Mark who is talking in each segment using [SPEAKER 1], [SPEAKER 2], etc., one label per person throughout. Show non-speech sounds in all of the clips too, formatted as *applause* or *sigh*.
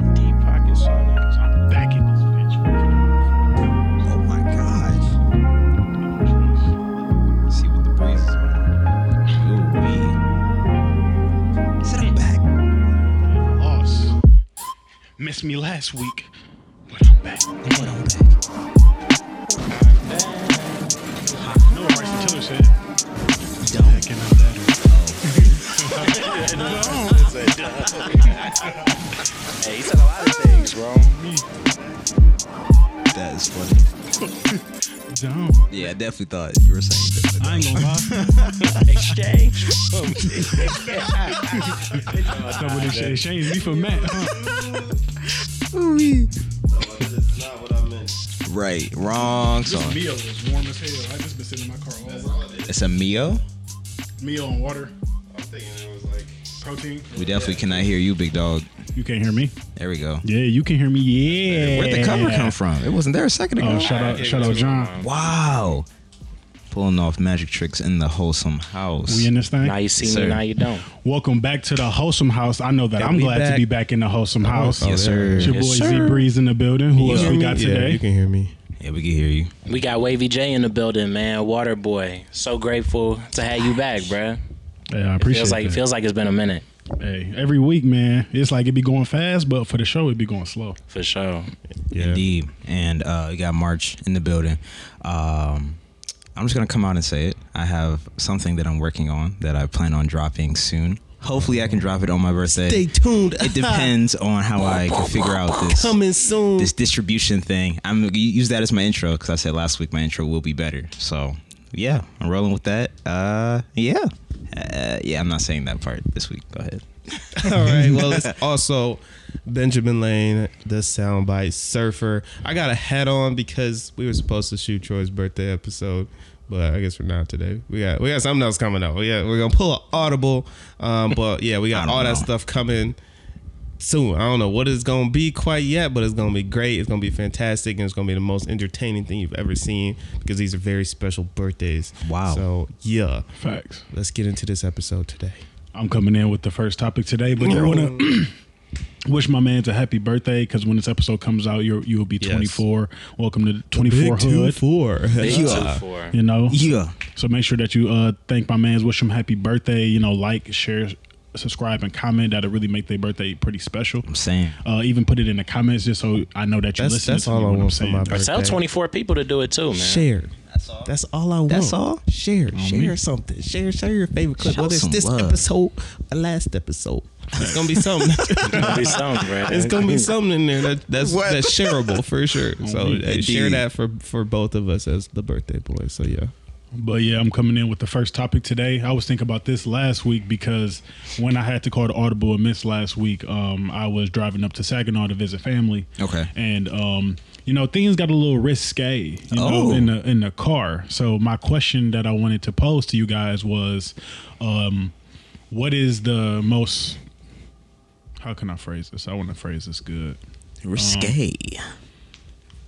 [SPEAKER 1] Oh
[SPEAKER 2] missed me last week, but I'm back.
[SPEAKER 1] But I'm back.
[SPEAKER 2] I know what Bryson Tiller said.
[SPEAKER 1] Don't.
[SPEAKER 2] Back and I'm better.
[SPEAKER 1] Hey, he said a lot of things, bro. That is funny.
[SPEAKER 2] Dumb.
[SPEAKER 1] Yeah, I definitely thought you were saying that.
[SPEAKER 2] I ain't gonna *laughs* lie.
[SPEAKER 3] Exchange.
[SPEAKER 2] That's what they Exchange me for Matt.
[SPEAKER 4] That's not what I meant.
[SPEAKER 1] Right. Wrong song.
[SPEAKER 2] Mio is warm as hell. I just been sitting in my car all
[SPEAKER 4] That's all it is.
[SPEAKER 1] It's a Mio.
[SPEAKER 2] Mio and water,
[SPEAKER 4] I'm thinking it was like
[SPEAKER 2] protein.
[SPEAKER 1] We definitely cannot hear you, big dog.
[SPEAKER 2] You can't hear me.
[SPEAKER 1] There we go.
[SPEAKER 2] Yeah, you can hear me. Yeah.
[SPEAKER 1] Where'd the cover come from? It wasn't there a second ago.
[SPEAKER 2] Oh, shout out, shout out, John.
[SPEAKER 1] Wow. Pulling off magic tricks in the wholesome house.
[SPEAKER 2] We in this thing.
[SPEAKER 3] Now you see
[SPEAKER 1] Sir.
[SPEAKER 3] me, now you don't.
[SPEAKER 2] Welcome back to the wholesome house. I know that I'm
[SPEAKER 1] we
[SPEAKER 2] glad to
[SPEAKER 1] back.
[SPEAKER 2] be back in the wholesome house.
[SPEAKER 1] yes, sir.
[SPEAKER 2] It's your boy
[SPEAKER 3] Yes, sir.
[SPEAKER 2] Z Breeze in the building. Who else
[SPEAKER 4] hear
[SPEAKER 2] we
[SPEAKER 4] me?
[SPEAKER 2] got
[SPEAKER 4] Yeah,
[SPEAKER 2] today?
[SPEAKER 4] you can hear me.
[SPEAKER 1] Yeah, we can hear you.
[SPEAKER 3] We got Wavy J in the building, man. Water boy. So grateful to have you back, bruh.
[SPEAKER 2] yeah, I appreciate
[SPEAKER 3] Feels like
[SPEAKER 2] that.
[SPEAKER 3] feels like it's been a minute
[SPEAKER 2] hey, every week, man, it's like it be going fast, but for the show, it be going slow.
[SPEAKER 3] for sure.
[SPEAKER 4] Yeah.
[SPEAKER 1] Indeed. And uh, we got March in the building. Um, I'm just going to come out and say it. I have something that I'm working on that I plan on dropping soon. Hopefully, I can drop it on my birthday.
[SPEAKER 5] Stay tuned.
[SPEAKER 1] It depends on how I can figure out this
[SPEAKER 5] *laughs* Coming soon.
[SPEAKER 1] this distribution thing. I'm gonna use that as my intro because I said last week my intro will be better. So yeah, I'm rolling with that. Uh, yeah, uh, yeah. I'm not saying that part this week. Go ahead.
[SPEAKER 5] *laughs* All right. Well, it's *laughs* also Benjamin Lane, the soundbite surfer. I got a hat on because we were supposed to shoot Troy's birthday episode, but I guess we're not today. We got we got something else coming up. We got, we're gonna pull an audible. Um, but yeah, we
[SPEAKER 1] I
[SPEAKER 5] got
[SPEAKER 1] don't
[SPEAKER 5] all
[SPEAKER 1] know.
[SPEAKER 5] that stuff coming soon. I don't know what it's gonna be quite yet, but it's gonna be great. It's gonna be fantastic, and it's gonna be the most entertaining thing you've ever seen because these are very special birthdays.
[SPEAKER 1] Wow.
[SPEAKER 5] So yeah,
[SPEAKER 2] Facts.
[SPEAKER 5] let's get into this episode today.
[SPEAKER 2] I'm coming in with the first topic today, but I want
[SPEAKER 5] *clears throat*
[SPEAKER 2] to wish my man's a happy birthday because when this episode comes out, you're, you'll be
[SPEAKER 5] Yes.
[SPEAKER 2] 24. Welcome to 24 hood.
[SPEAKER 5] four.
[SPEAKER 3] Big
[SPEAKER 1] Yeah.
[SPEAKER 3] two four.
[SPEAKER 2] You know,
[SPEAKER 1] Yeah.
[SPEAKER 2] So make sure that you uh, thank my man's, wish him happy birthday. You know, like, share, subscribe, and comment. That'll really make their birthday pretty special.
[SPEAKER 1] I'm saying.
[SPEAKER 2] Uh, even put it in the comments just so I know that you're
[SPEAKER 5] That's-
[SPEAKER 2] listening
[SPEAKER 5] that's
[SPEAKER 2] to
[SPEAKER 5] all
[SPEAKER 2] me
[SPEAKER 5] I
[SPEAKER 2] what I'm
[SPEAKER 5] want for
[SPEAKER 2] saying.
[SPEAKER 5] my
[SPEAKER 3] Or
[SPEAKER 5] birthday.
[SPEAKER 3] tell 24 people to do it too, man.
[SPEAKER 5] Share. That's all. I want.
[SPEAKER 1] That's all?
[SPEAKER 5] Share. share
[SPEAKER 2] me.
[SPEAKER 5] something. Share. Share your favorite clip.
[SPEAKER 1] Show
[SPEAKER 5] Whether it's
[SPEAKER 1] some
[SPEAKER 5] this
[SPEAKER 1] love.
[SPEAKER 5] episode or last episode, it's gonna be something. *laughs*
[SPEAKER 3] It'll be something,
[SPEAKER 2] *laughs* Uh-huh.
[SPEAKER 3] bruh.
[SPEAKER 5] it's gonna be something in there that, that's
[SPEAKER 1] What?
[SPEAKER 5] that's shareable for *laughs* sure. So
[SPEAKER 2] Indeed.
[SPEAKER 5] hey, share that for for both of us as the birthday boy. So yeah,
[SPEAKER 2] But yeah, I'm coming in with the first topic today. I was thinking about this last week because when I had to call the audible and miss last week, um, I was driving up to Saginaw to visit family.
[SPEAKER 1] Okay.
[SPEAKER 2] And um, you know, things got a little risque, you know,
[SPEAKER 1] Oh.
[SPEAKER 2] in the in the car. So my question that I wanted to pose to you guys was, um, what is the most? How can I phrase this? I want to phrase this good.
[SPEAKER 1] Risque.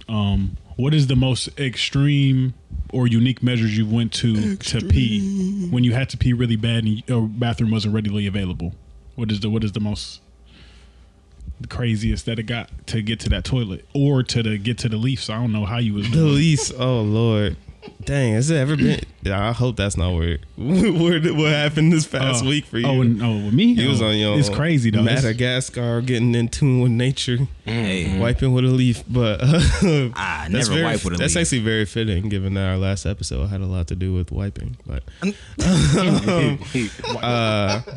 [SPEAKER 2] Um, what is the most extreme or unique measures you went to to pee when you had to pee really bad and your bathroom wasn't readily available? What is the what is the most craziest that it got to get to that toilet or to the get to the Leafs? I don't know how you was
[SPEAKER 5] the
[SPEAKER 2] doing.
[SPEAKER 5] least. Oh lord. Dang, has it ever been? Yeah, I hope that's not where, *laughs* where what happened this past
[SPEAKER 2] Oh,
[SPEAKER 5] week for you.
[SPEAKER 2] Oh, and, oh, with me?
[SPEAKER 5] you was
[SPEAKER 2] Oh,
[SPEAKER 5] on your
[SPEAKER 2] It's crazy though. It's-
[SPEAKER 5] Madagascar, getting in tune with nature.
[SPEAKER 1] Hey.
[SPEAKER 5] wiping with a leaf, but *laughs*
[SPEAKER 1] Ah,
[SPEAKER 5] that's
[SPEAKER 1] Mm. never
[SPEAKER 5] very-
[SPEAKER 1] wipe with a
[SPEAKER 5] That's
[SPEAKER 1] leaf.
[SPEAKER 5] actually very fitting, given that our last episode had a lot to do with wiping. But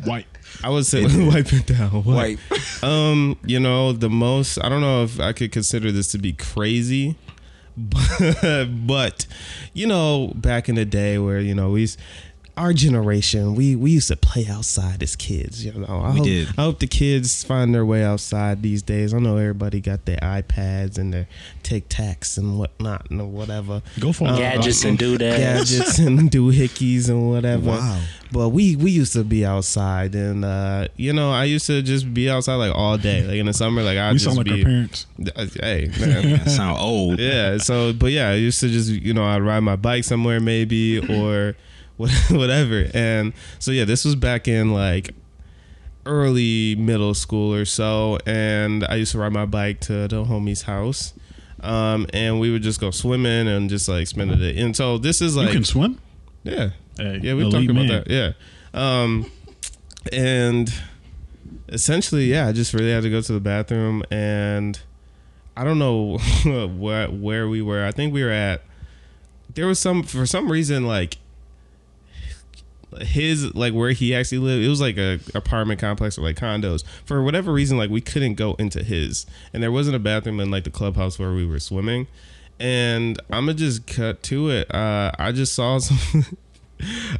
[SPEAKER 2] white.
[SPEAKER 5] I would *laughs* say wipe it down.
[SPEAKER 1] Wipe.
[SPEAKER 5] Um, you know, the most I don't know if I could consider this to be crazy, *laughs* but, but you know, back in the day where you know we. s- Our generation, we we used to play outside as kids. You know, I
[SPEAKER 1] We
[SPEAKER 5] hope,
[SPEAKER 1] did.
[SPEAKER 5] I hope the kids find their way outside these days. I know everybody got their iPads and their Tic Tacs and whatnot and whatever
[SPEAKER 2] Go for
[SPEAKER 5] Uh,
[SPEAKER 2] it.
[SPEAKER 3] Gadgets and do that.
[SPEAKER 5] gadgets and doohickeys and whatever.
[SPEAKER 1] Wow.
[SPEAKER 5] But we we used to be outside, and uh, you know, I used to just be outside like all day, like in the summer. Like I
[SPEAKER 2] We
[SPEAKER 5] just
[SPEAKER 2] sound like
[SPEAKER 5] be,
[SPEAKER 2] our parents.
[SPEAKER 5] *laughs* Uh, Hey,
[SPEAKER 2] *laughs*
[SPEAKER 5] man.
[SPEAKER 1] I sound
[SPEAKER 5] *laughs*
[SPEAKER 1] old.
[SPEAKER 5] yeah. So, but yeah, I used to just you know I'd ride my bike somewhere maybe or *laughs* what- whatever. And so yeah, this was back in like early middle school or so, and I used to ride my bike to the homie's house. Um, and we would just go swimming and just like spend the day. And so this is
[SPEAKER 2] You
[SPEAKER 5] like
[SPEAKER 2] can swim.
[SPEAKER 5] yeah.
[SPEAKER 2] Hey,
[SPEAKER 5] yeah, we
[SPEAKER 2] elite
[SPEAKER 5] talked about
[SPEAKER 2] man.
[SPEAKER 5] that. Yeah. Um and essentially, yeah, I just really had to go to the bathroom, and I don't know *laughs* where where we were. I think we were at. There was some for some reason like his like where he actually lived. It was like a apartment complex or like condos. For whatever reason, like we couldn't go into his, and there wasn't a bathroom in like the clubhouse where we were swimming. And I'm gonna just cut to it. Uh, I just saw *laughs* some.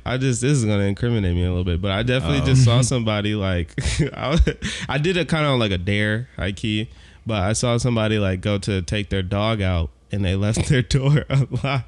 [SPEAKER 5] I just this is gonna incriminate me a little bit, but I definitely just saw somebody like *laughs* I, was- I did it kind of like a dare, high key, but I saw somebody like go to take their dog out and they left their *laughs* door unlocked.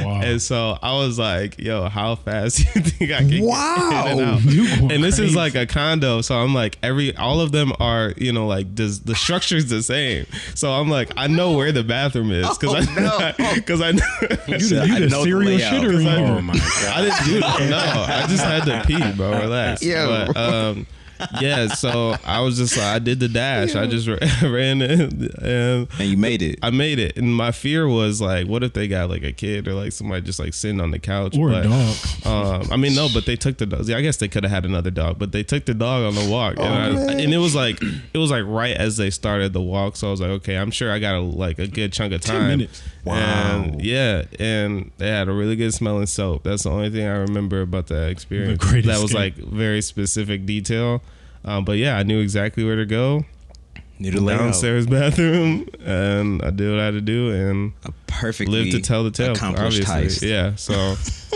[SPEAKER 2] Wow.
[SPEAKER 5] And so I was like, "Yo, how fast *laughs* do you think I
[SPEAKER 3] *laughs*
[SPEAKER 5] can get in and uh, out?"
[SPEAKER 2] You going
[SPEAKER 5] and this is
[SPEAKER 2] crazy.
[SPEAKER 5] like a condo so i'm like every all of them are you know like does the structure's the same so i'm like i know where the bathroom is because
[SPEAKER 2] Oh,
[SPEAKER 5] i *laughs* because i know
[SPEAKER 2] You the,
[SPEAKER 1] I
[SPEAKER 2] you
[SPEAKER 1] know
[SPEAKER 2] the
[SPEAKER 1] the
[SPEAKER 2] serial
[SPEAKER 1] layout.
[SPEAKER 2] shitter in
[SPEAKER 5] Oh
[SPEAKER 2] here.
[SPEAKER 3] my god.
[SPEAKER 5] I didn't do that. No, I just had to pee, bro. Relax.
[SPEAKER 1] Yo.
[SPEAKER 5] But, um, yeah, so I was just like, I did the dash. I just *laughs* ra- ran in and
[SPEAKER 1] and you made it.
[SPEAKER 5] I made it. And my fear was like, what if they got like a kid or like somebody just like sitting on the couch
[SPEAKER 2] Or a
[SPEAKER 5] But,
[SPEAKER 2] dog.
[SPEAKER 5] Um, I mean, no, but they took the dog. Yeah, I guess they could have had another dog, but they took the dog on the walk, and, I, and it was like it was like right as they started the walk. So I was like, okay, I'm sure I got a, like a good chunk of time.
[SPEAKER 2] minutes.
[SPEAKER 5] And, yeah, and they had a really good smelling soap. That's the only thing I remember about that experience.
[SPEAKER 2] The Great
[SPEAKER 5] that was like
[SPEAKER 2] Escape.
[SPEAKER 5] very specific detail. Um, but yeah, I knew exactly where to go
[SPEAKER 1] Knew the layout.
[SPEAKER 5] downstairs bathroom, and I did what I had to do, and
[SPEAKER 1] A perfectly
[SPEAKER 5] live to tell the tale.
[SPEAKER 1] Accomplished heist.
[SPEAKER 5] Obviously, yeah. So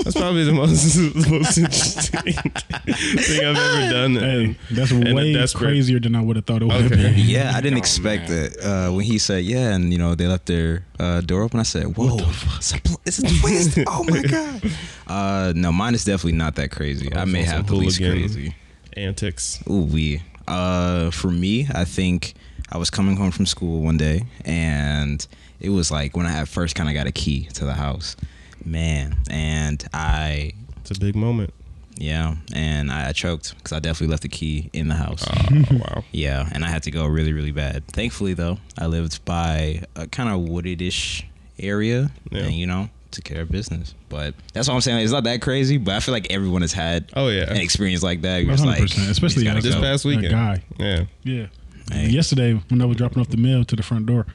[SPEAKER 5] that's probably the most *laughs* the most interesting thing I've ever done.
[SPEAKER 2] Hey,
[SPEAKER 5] And,
[SPEAKER 2] that's
[SPEAKER 5] a
[SPEAKER 2] way
[SPEAKER 5] desperate-
[SPEAKER 2] crazier than I would have thought it would have
[SPEAKER 5] Okay.
[SPEAKER 2] been.
[SPEAKER 1] Yeah, I didn't
[SPEAKER 3] Oh,
[SPEAKER 1] expect
[SPEAKER 3] man.
[SPEAKER 1] it. Uh, when he said yeah, and you know they left their uh, door open, I said, "Whoa, it's a, pl- it's a
[SPEAKER 5] *laughs*
[SPEAKER 1] twist! oh my god!" Uh, no, mine is definitely not that crazy. I
[SPEAKER 5] Oh, it's
[SPEAKER 1] may
[SPEAKER 5] also
[SPEAKER 1] have the least
[SPEAKER 5] hooligan.
[SPEAKER 1] crazy.
[SPEAKER 5] antics.
[SPEAKER 1] Ooh wee. Uh, for me, I think I was coming home from school one day, and it was like when I had first kind of got a key to the house, man. And I,
[SPEAKER 5] It's a
[SPEAKER 2] *laughs*
[SPEAKER 5] big moment.
[SPEAKER 1] yeah, and I, I choked because I definitely left the key in the house.
[SPEAKER 5] Oh, wow.
[SPEAKER 1] Yeah, and I had to go really, really bad. Thankfully, though, I lived by a kind of wooded-ish area,
[SPEAKER 5] Yeah.
[SPEAKER 1] and you know, took care of business. But that's what I'm saying. It's not that crazy, but I feel like everyone has had
[SPEAKER 5] Oh
[SPEAKER 1] an
[SPEAKER 5] yeah.
[SPEAKER 1] experience like that. You're just like,
[SPEAKER 2] 100%, especially
[SPEAKER 1] you just
[SPEAKER 5] This
[SPEAKER 1] gotta go.
[SPEAKER 5] past
[SPEAKER 2] a
[SPEAKER 5] weekend.
[SPEAKER 2] guy.
[SPEAKER 5] Yeah.
[SPEAKER 2] Yeah.
[SPEAKER 1] Hey.
[SPEAKER 2] Yesterday, when I was dropping off the mail to the front door,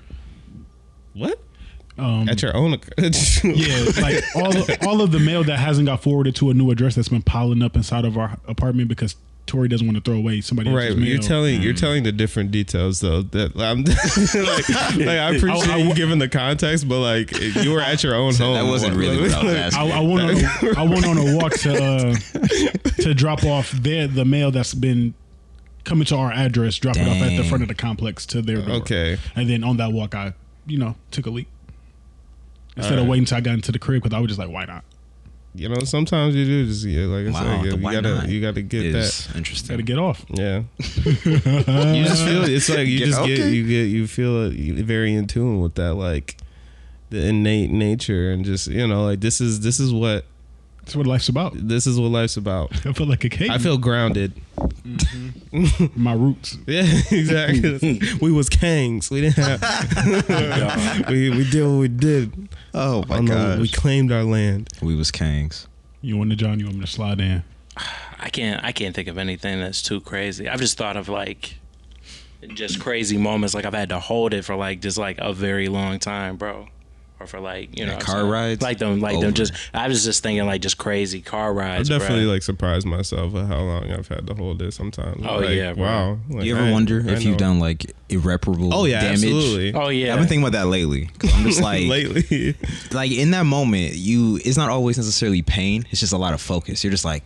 [SPEAKER 5] What?
[SPEAKER 2] um,
[SPEAKER 5] *laughs* At your own.
[SPEAKER 2] yeah, *laughs* like all all of the mail that hasn't got forwarded to a new address that's been piling up inside of our apartment because Tori doesn't want to throw away somebody
[SPEAKER 5] Right,
[SPEAKER 2] else's mail.
[SPEAKER 5] you're telling
[SPEAKER 1] Mm.
[SPEAKER 5] you're telling the different details though. That I'm *laughs* like, like, I appreciate
[SPEAKER 2] I-
[SPEAKER 5] you giving the context, but like you were at your own
[SPEAKER 1] *laughs*
[SPEAKER 5] home.
[SPEAKER 1] That wasn't really what I was
[SPEAKER 5] *laughs*
[SPEAKER 1] asking.
[SPEAKER 2] I, I went on a, I went on a walk to uh, to drop off their the mail that's been coming to our address, drop it off at the
[SPEAKER 1] Dang.
[SPEAKER 2] front of the complex to their door.
[SPEAKER 5] Okay.
[SPEAKER 2] and then on that walk, I you know took a leak instead of
[SPEAKER 5] Alright.
[SPEAKER 2] waiting till I got into the crib because I was just like, why not?
[SPEAKER 5] you know, sometimes you do just yeah, like I
[SPEAKER 1] Wow,
[SPEAKER 5] said,
[SPEAKER 1] the
[SPEAKER 5] you,
[SPEAKER 1] why
[SPEAKER 5] gotta
[SPEAKER 1] not
[SPEAKER 5] you gotta get
[SPEAKER 1] is
[SPEAKER 5] that.
[SPEAKER 2] Got to
[SPEAKER 1] interesting.
[SPEAKER 2] get off.
[SPEAKER 5] *laughs* Yeah, you just feel it. it's like you
[SPEAKER 1] Get-
[SPEAKER 5] just get
[SPEAKER 1] okay.
[SPEAKER 5] you get you feel it, very in tune with that like the innate nature and just you know like this is this is what
[SPEAKER 2] That's what life's about. *laughs*
[SPEAKER 5] this is what life's about.
[SPEAKER 2] I feel like a cake.
[SPEAKER 5] I feel grounded.
[SPEAKER 2] my roots.
[SPEAKER 5] *laughs* Yeah, exactly. *laughs* we was kangs. We didn't have. we we did what we did.
[SPEAKER 1] Oh my
[SPEAKER 5] I don't know,
[SPEAKER 1] god,
[SPEAKER 5] we
[SPEAKER 1] we,
[SPEAKER 5] claimed our land.
[SPEAKER 1] was kangs.
[SPEAKER 2] You want to John? You want me to slide in?
[SPEAKER 3] I can't I can't think of anything that's too crazy. I've just thought of like just crazy moments like I've had to hold it for like just like a very long time, bro. Or for like, you
[SPEAKER 1] Yeah,
[SPEAKER 3] know,
[SPEAKER 1] car
[SPEAKER 3] so-
[SPEAKER 1] rides?
[SPEAKER 3] Like them like them
[SPEAKER 1] Over.
[SPEAKER 3] just I was just thinking like just crazy car
[SPEAKER 5] I
[SPEAKER 3] rides.
[SPEAKER 5] definitely
[SPEAKER 3] bruh.
[SPEAKER 5] like surprised myself at how long I've had to hold it. Sometimes.
[SPEAKER 3] Oh,
[SPEAKER 5] Like,
[SPEAKER 3] yeah, bro.
[SPEAKER 5] Wow. Like,
[SPEAKER 1] You ever
[SPEAKER 5] I-
[SPEAKER 1] wonder
[SPEAKER 5] I
[SPEAKER 1] if you've
[SPEAKER 5] know.
[SPEAKER 1] done like irreparable?
[SPEAKER 5] Oh yeah,
[SPEAKER 1] damage?
[SPEAKER 5] absolutely.
[SPEAKER 3] Oh yeah.
[SPEAKER 1] I've been thinking about that lately. i I'm
[SPEAKER 5] *laughs*
[SPEAKER 1] just like,
[SPEAKER 5] lately.
[SPEAKER 1] like in that moment, you it's not always necessarily pain. It's just a lot of focus. You're just like,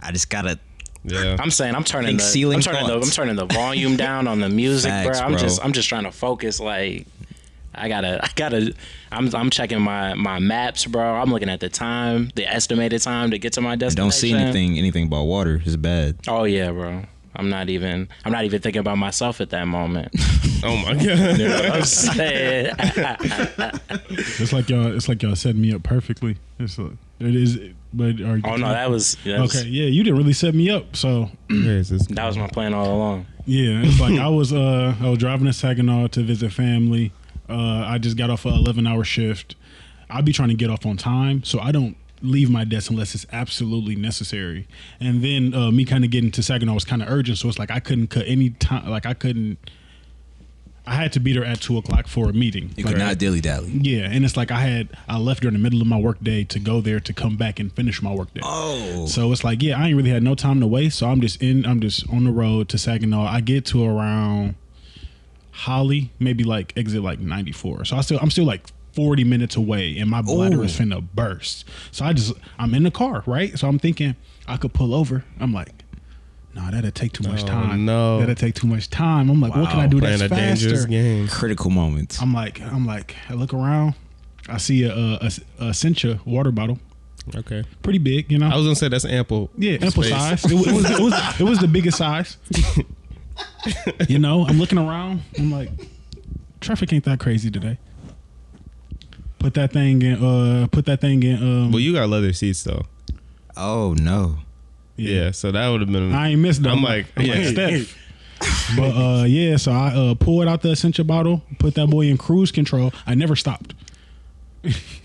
[SPEAKER 1] I just gotta.
[SPEAKER 5] Yeah.
[SPEAKER 3] I'm saying I'm turning
[SPEAKER 1] Think
[SPEAKER 3] the
[SPEAKER 1] ceiling
[SPEAKER 3] I'm turning the, I'm
[SPEAKER 1] thoughts.
[SPEAKER 3] turning
[SPEAKER 1] *laughs*
[SPEAKER 3] the volume down on the music,
[SPEAKER 1] Facts,
[SPEAKER 3] bro. I'm
[SPEAKER 1] bro.
[SPEAKER 3] just I'm just trying to focus like I gotta I gotta I'm I'm checking my my maps, bro. I'm looking at the time, the estimated time to get to my
[SPEAKER 1] I
[SPEAKER 3] destination.
[SPEAKER 1] don't see anything anything about water. It's bad.
[SPEAKER 3] Oh yeah, bro. I'm not even I'm not even thinking about myself at that moment. *laughs*
[SPEAKER 5] oh
[SPEAKER 2] *laughs*
[SPEAKER 5] my god.
[SPEAKER 3] I'm saying *laughs*
[SPEAKER 2] It's like y'all. It's like y'all set me up perfectly. It's like, it is. But are you?
[SPEAKER 3] Oh no, that was that was,
[SPEAKER 2] okay. Yeah, you didn't really set me up. So
[SPEAKER 5] Where is this?
[SPEAKER 3] that was my plan all along.
[SPEAKER 2] yeah, it's like I was. Uh, I was driving to Saginaw to visit family. Uh, I just got off a eleven hour shift. I be trying to get off on time, so I don't leave my desk unless it's absolutely necessary. And then uh, me kind of getting to Saginaw was kind of urgent, so it's like I couldn't cut any time. Like I couldn't. I had to be there at two o'clock for a meeting.
[SPEAKER 1] You
[SPEAKER 2] Like,
[SPEAKER 1] could not dilly dally.
[SPEAKER 2] yeah, and it's like I had I left during the middle of my workday to go there to come back and finish my workday.
[SPEAKER 1] Oh,
[SPEAKER 2] So it's like, yeah, I ain't really had no time to waste. So I'm just in, I'm just on the road to Saginaw. I get to around Holly, maybe like exit like 94. So I still, I'm still like 40 minutes away, and my bladder is
[SPEAKER 1] Ooh.
[SPEAKER 2] finna burst. So I just, I'm in the car, right? So I'm thinking I could pull over. I'm like. Nah, that'd take too much
[SPEAKER 5] Oh,
[SPEAKER 2] time.
[SPEAKER 5] no.
[SPEAKER 2] that'd take too much time. I'm like, what can
[SPEAKER 1] Wow,
[SPEAKER 2] I do
[SPEAKER 5] playing
[SPEAKER 2] that's
[SPEAKER 5] a dangerous
[SPEAKER 2] faster?
[SPEAKER 5] game.
[SPEAKER 1] critical moments.
[SPEAKER 2] I'm like, I'm like, I look around. I see a, a, a Essentia water bottle,
[SPEAKER 5] Okay.
[SPEAKER 2] pretty big, you know.
[SPEAKER 5] I was gonna say that's ample.
[SPEAKER 2] Yeah, ample
[SPEAKER 5] space.
[SPEAKER 2] size. It was, it was it was it was the biggest
[SPEAKER 5] *laughs*
[SPEAKER 2] size. you know, I'm looking around. I'm like, traffic ain't that crazy today. Put that thing in. Uh, put that thing in. Um,
[SPEAKER 5] Well, you got leather seats though.
[SPEAKER 1] Oh no.
[SPEAKER 5] Yeah. so that would have been.
[SPEAKER 2] I ain't missed.
[SPEAKER 5] I'm like,
[SPEAKER 2] I'm
[SPEAKER 5] yeah.
[SPEAKER 2] like Steph. but uh, yeah, so I uh, pulled out the essential bottle, put that boy in cruise control. I never stopped.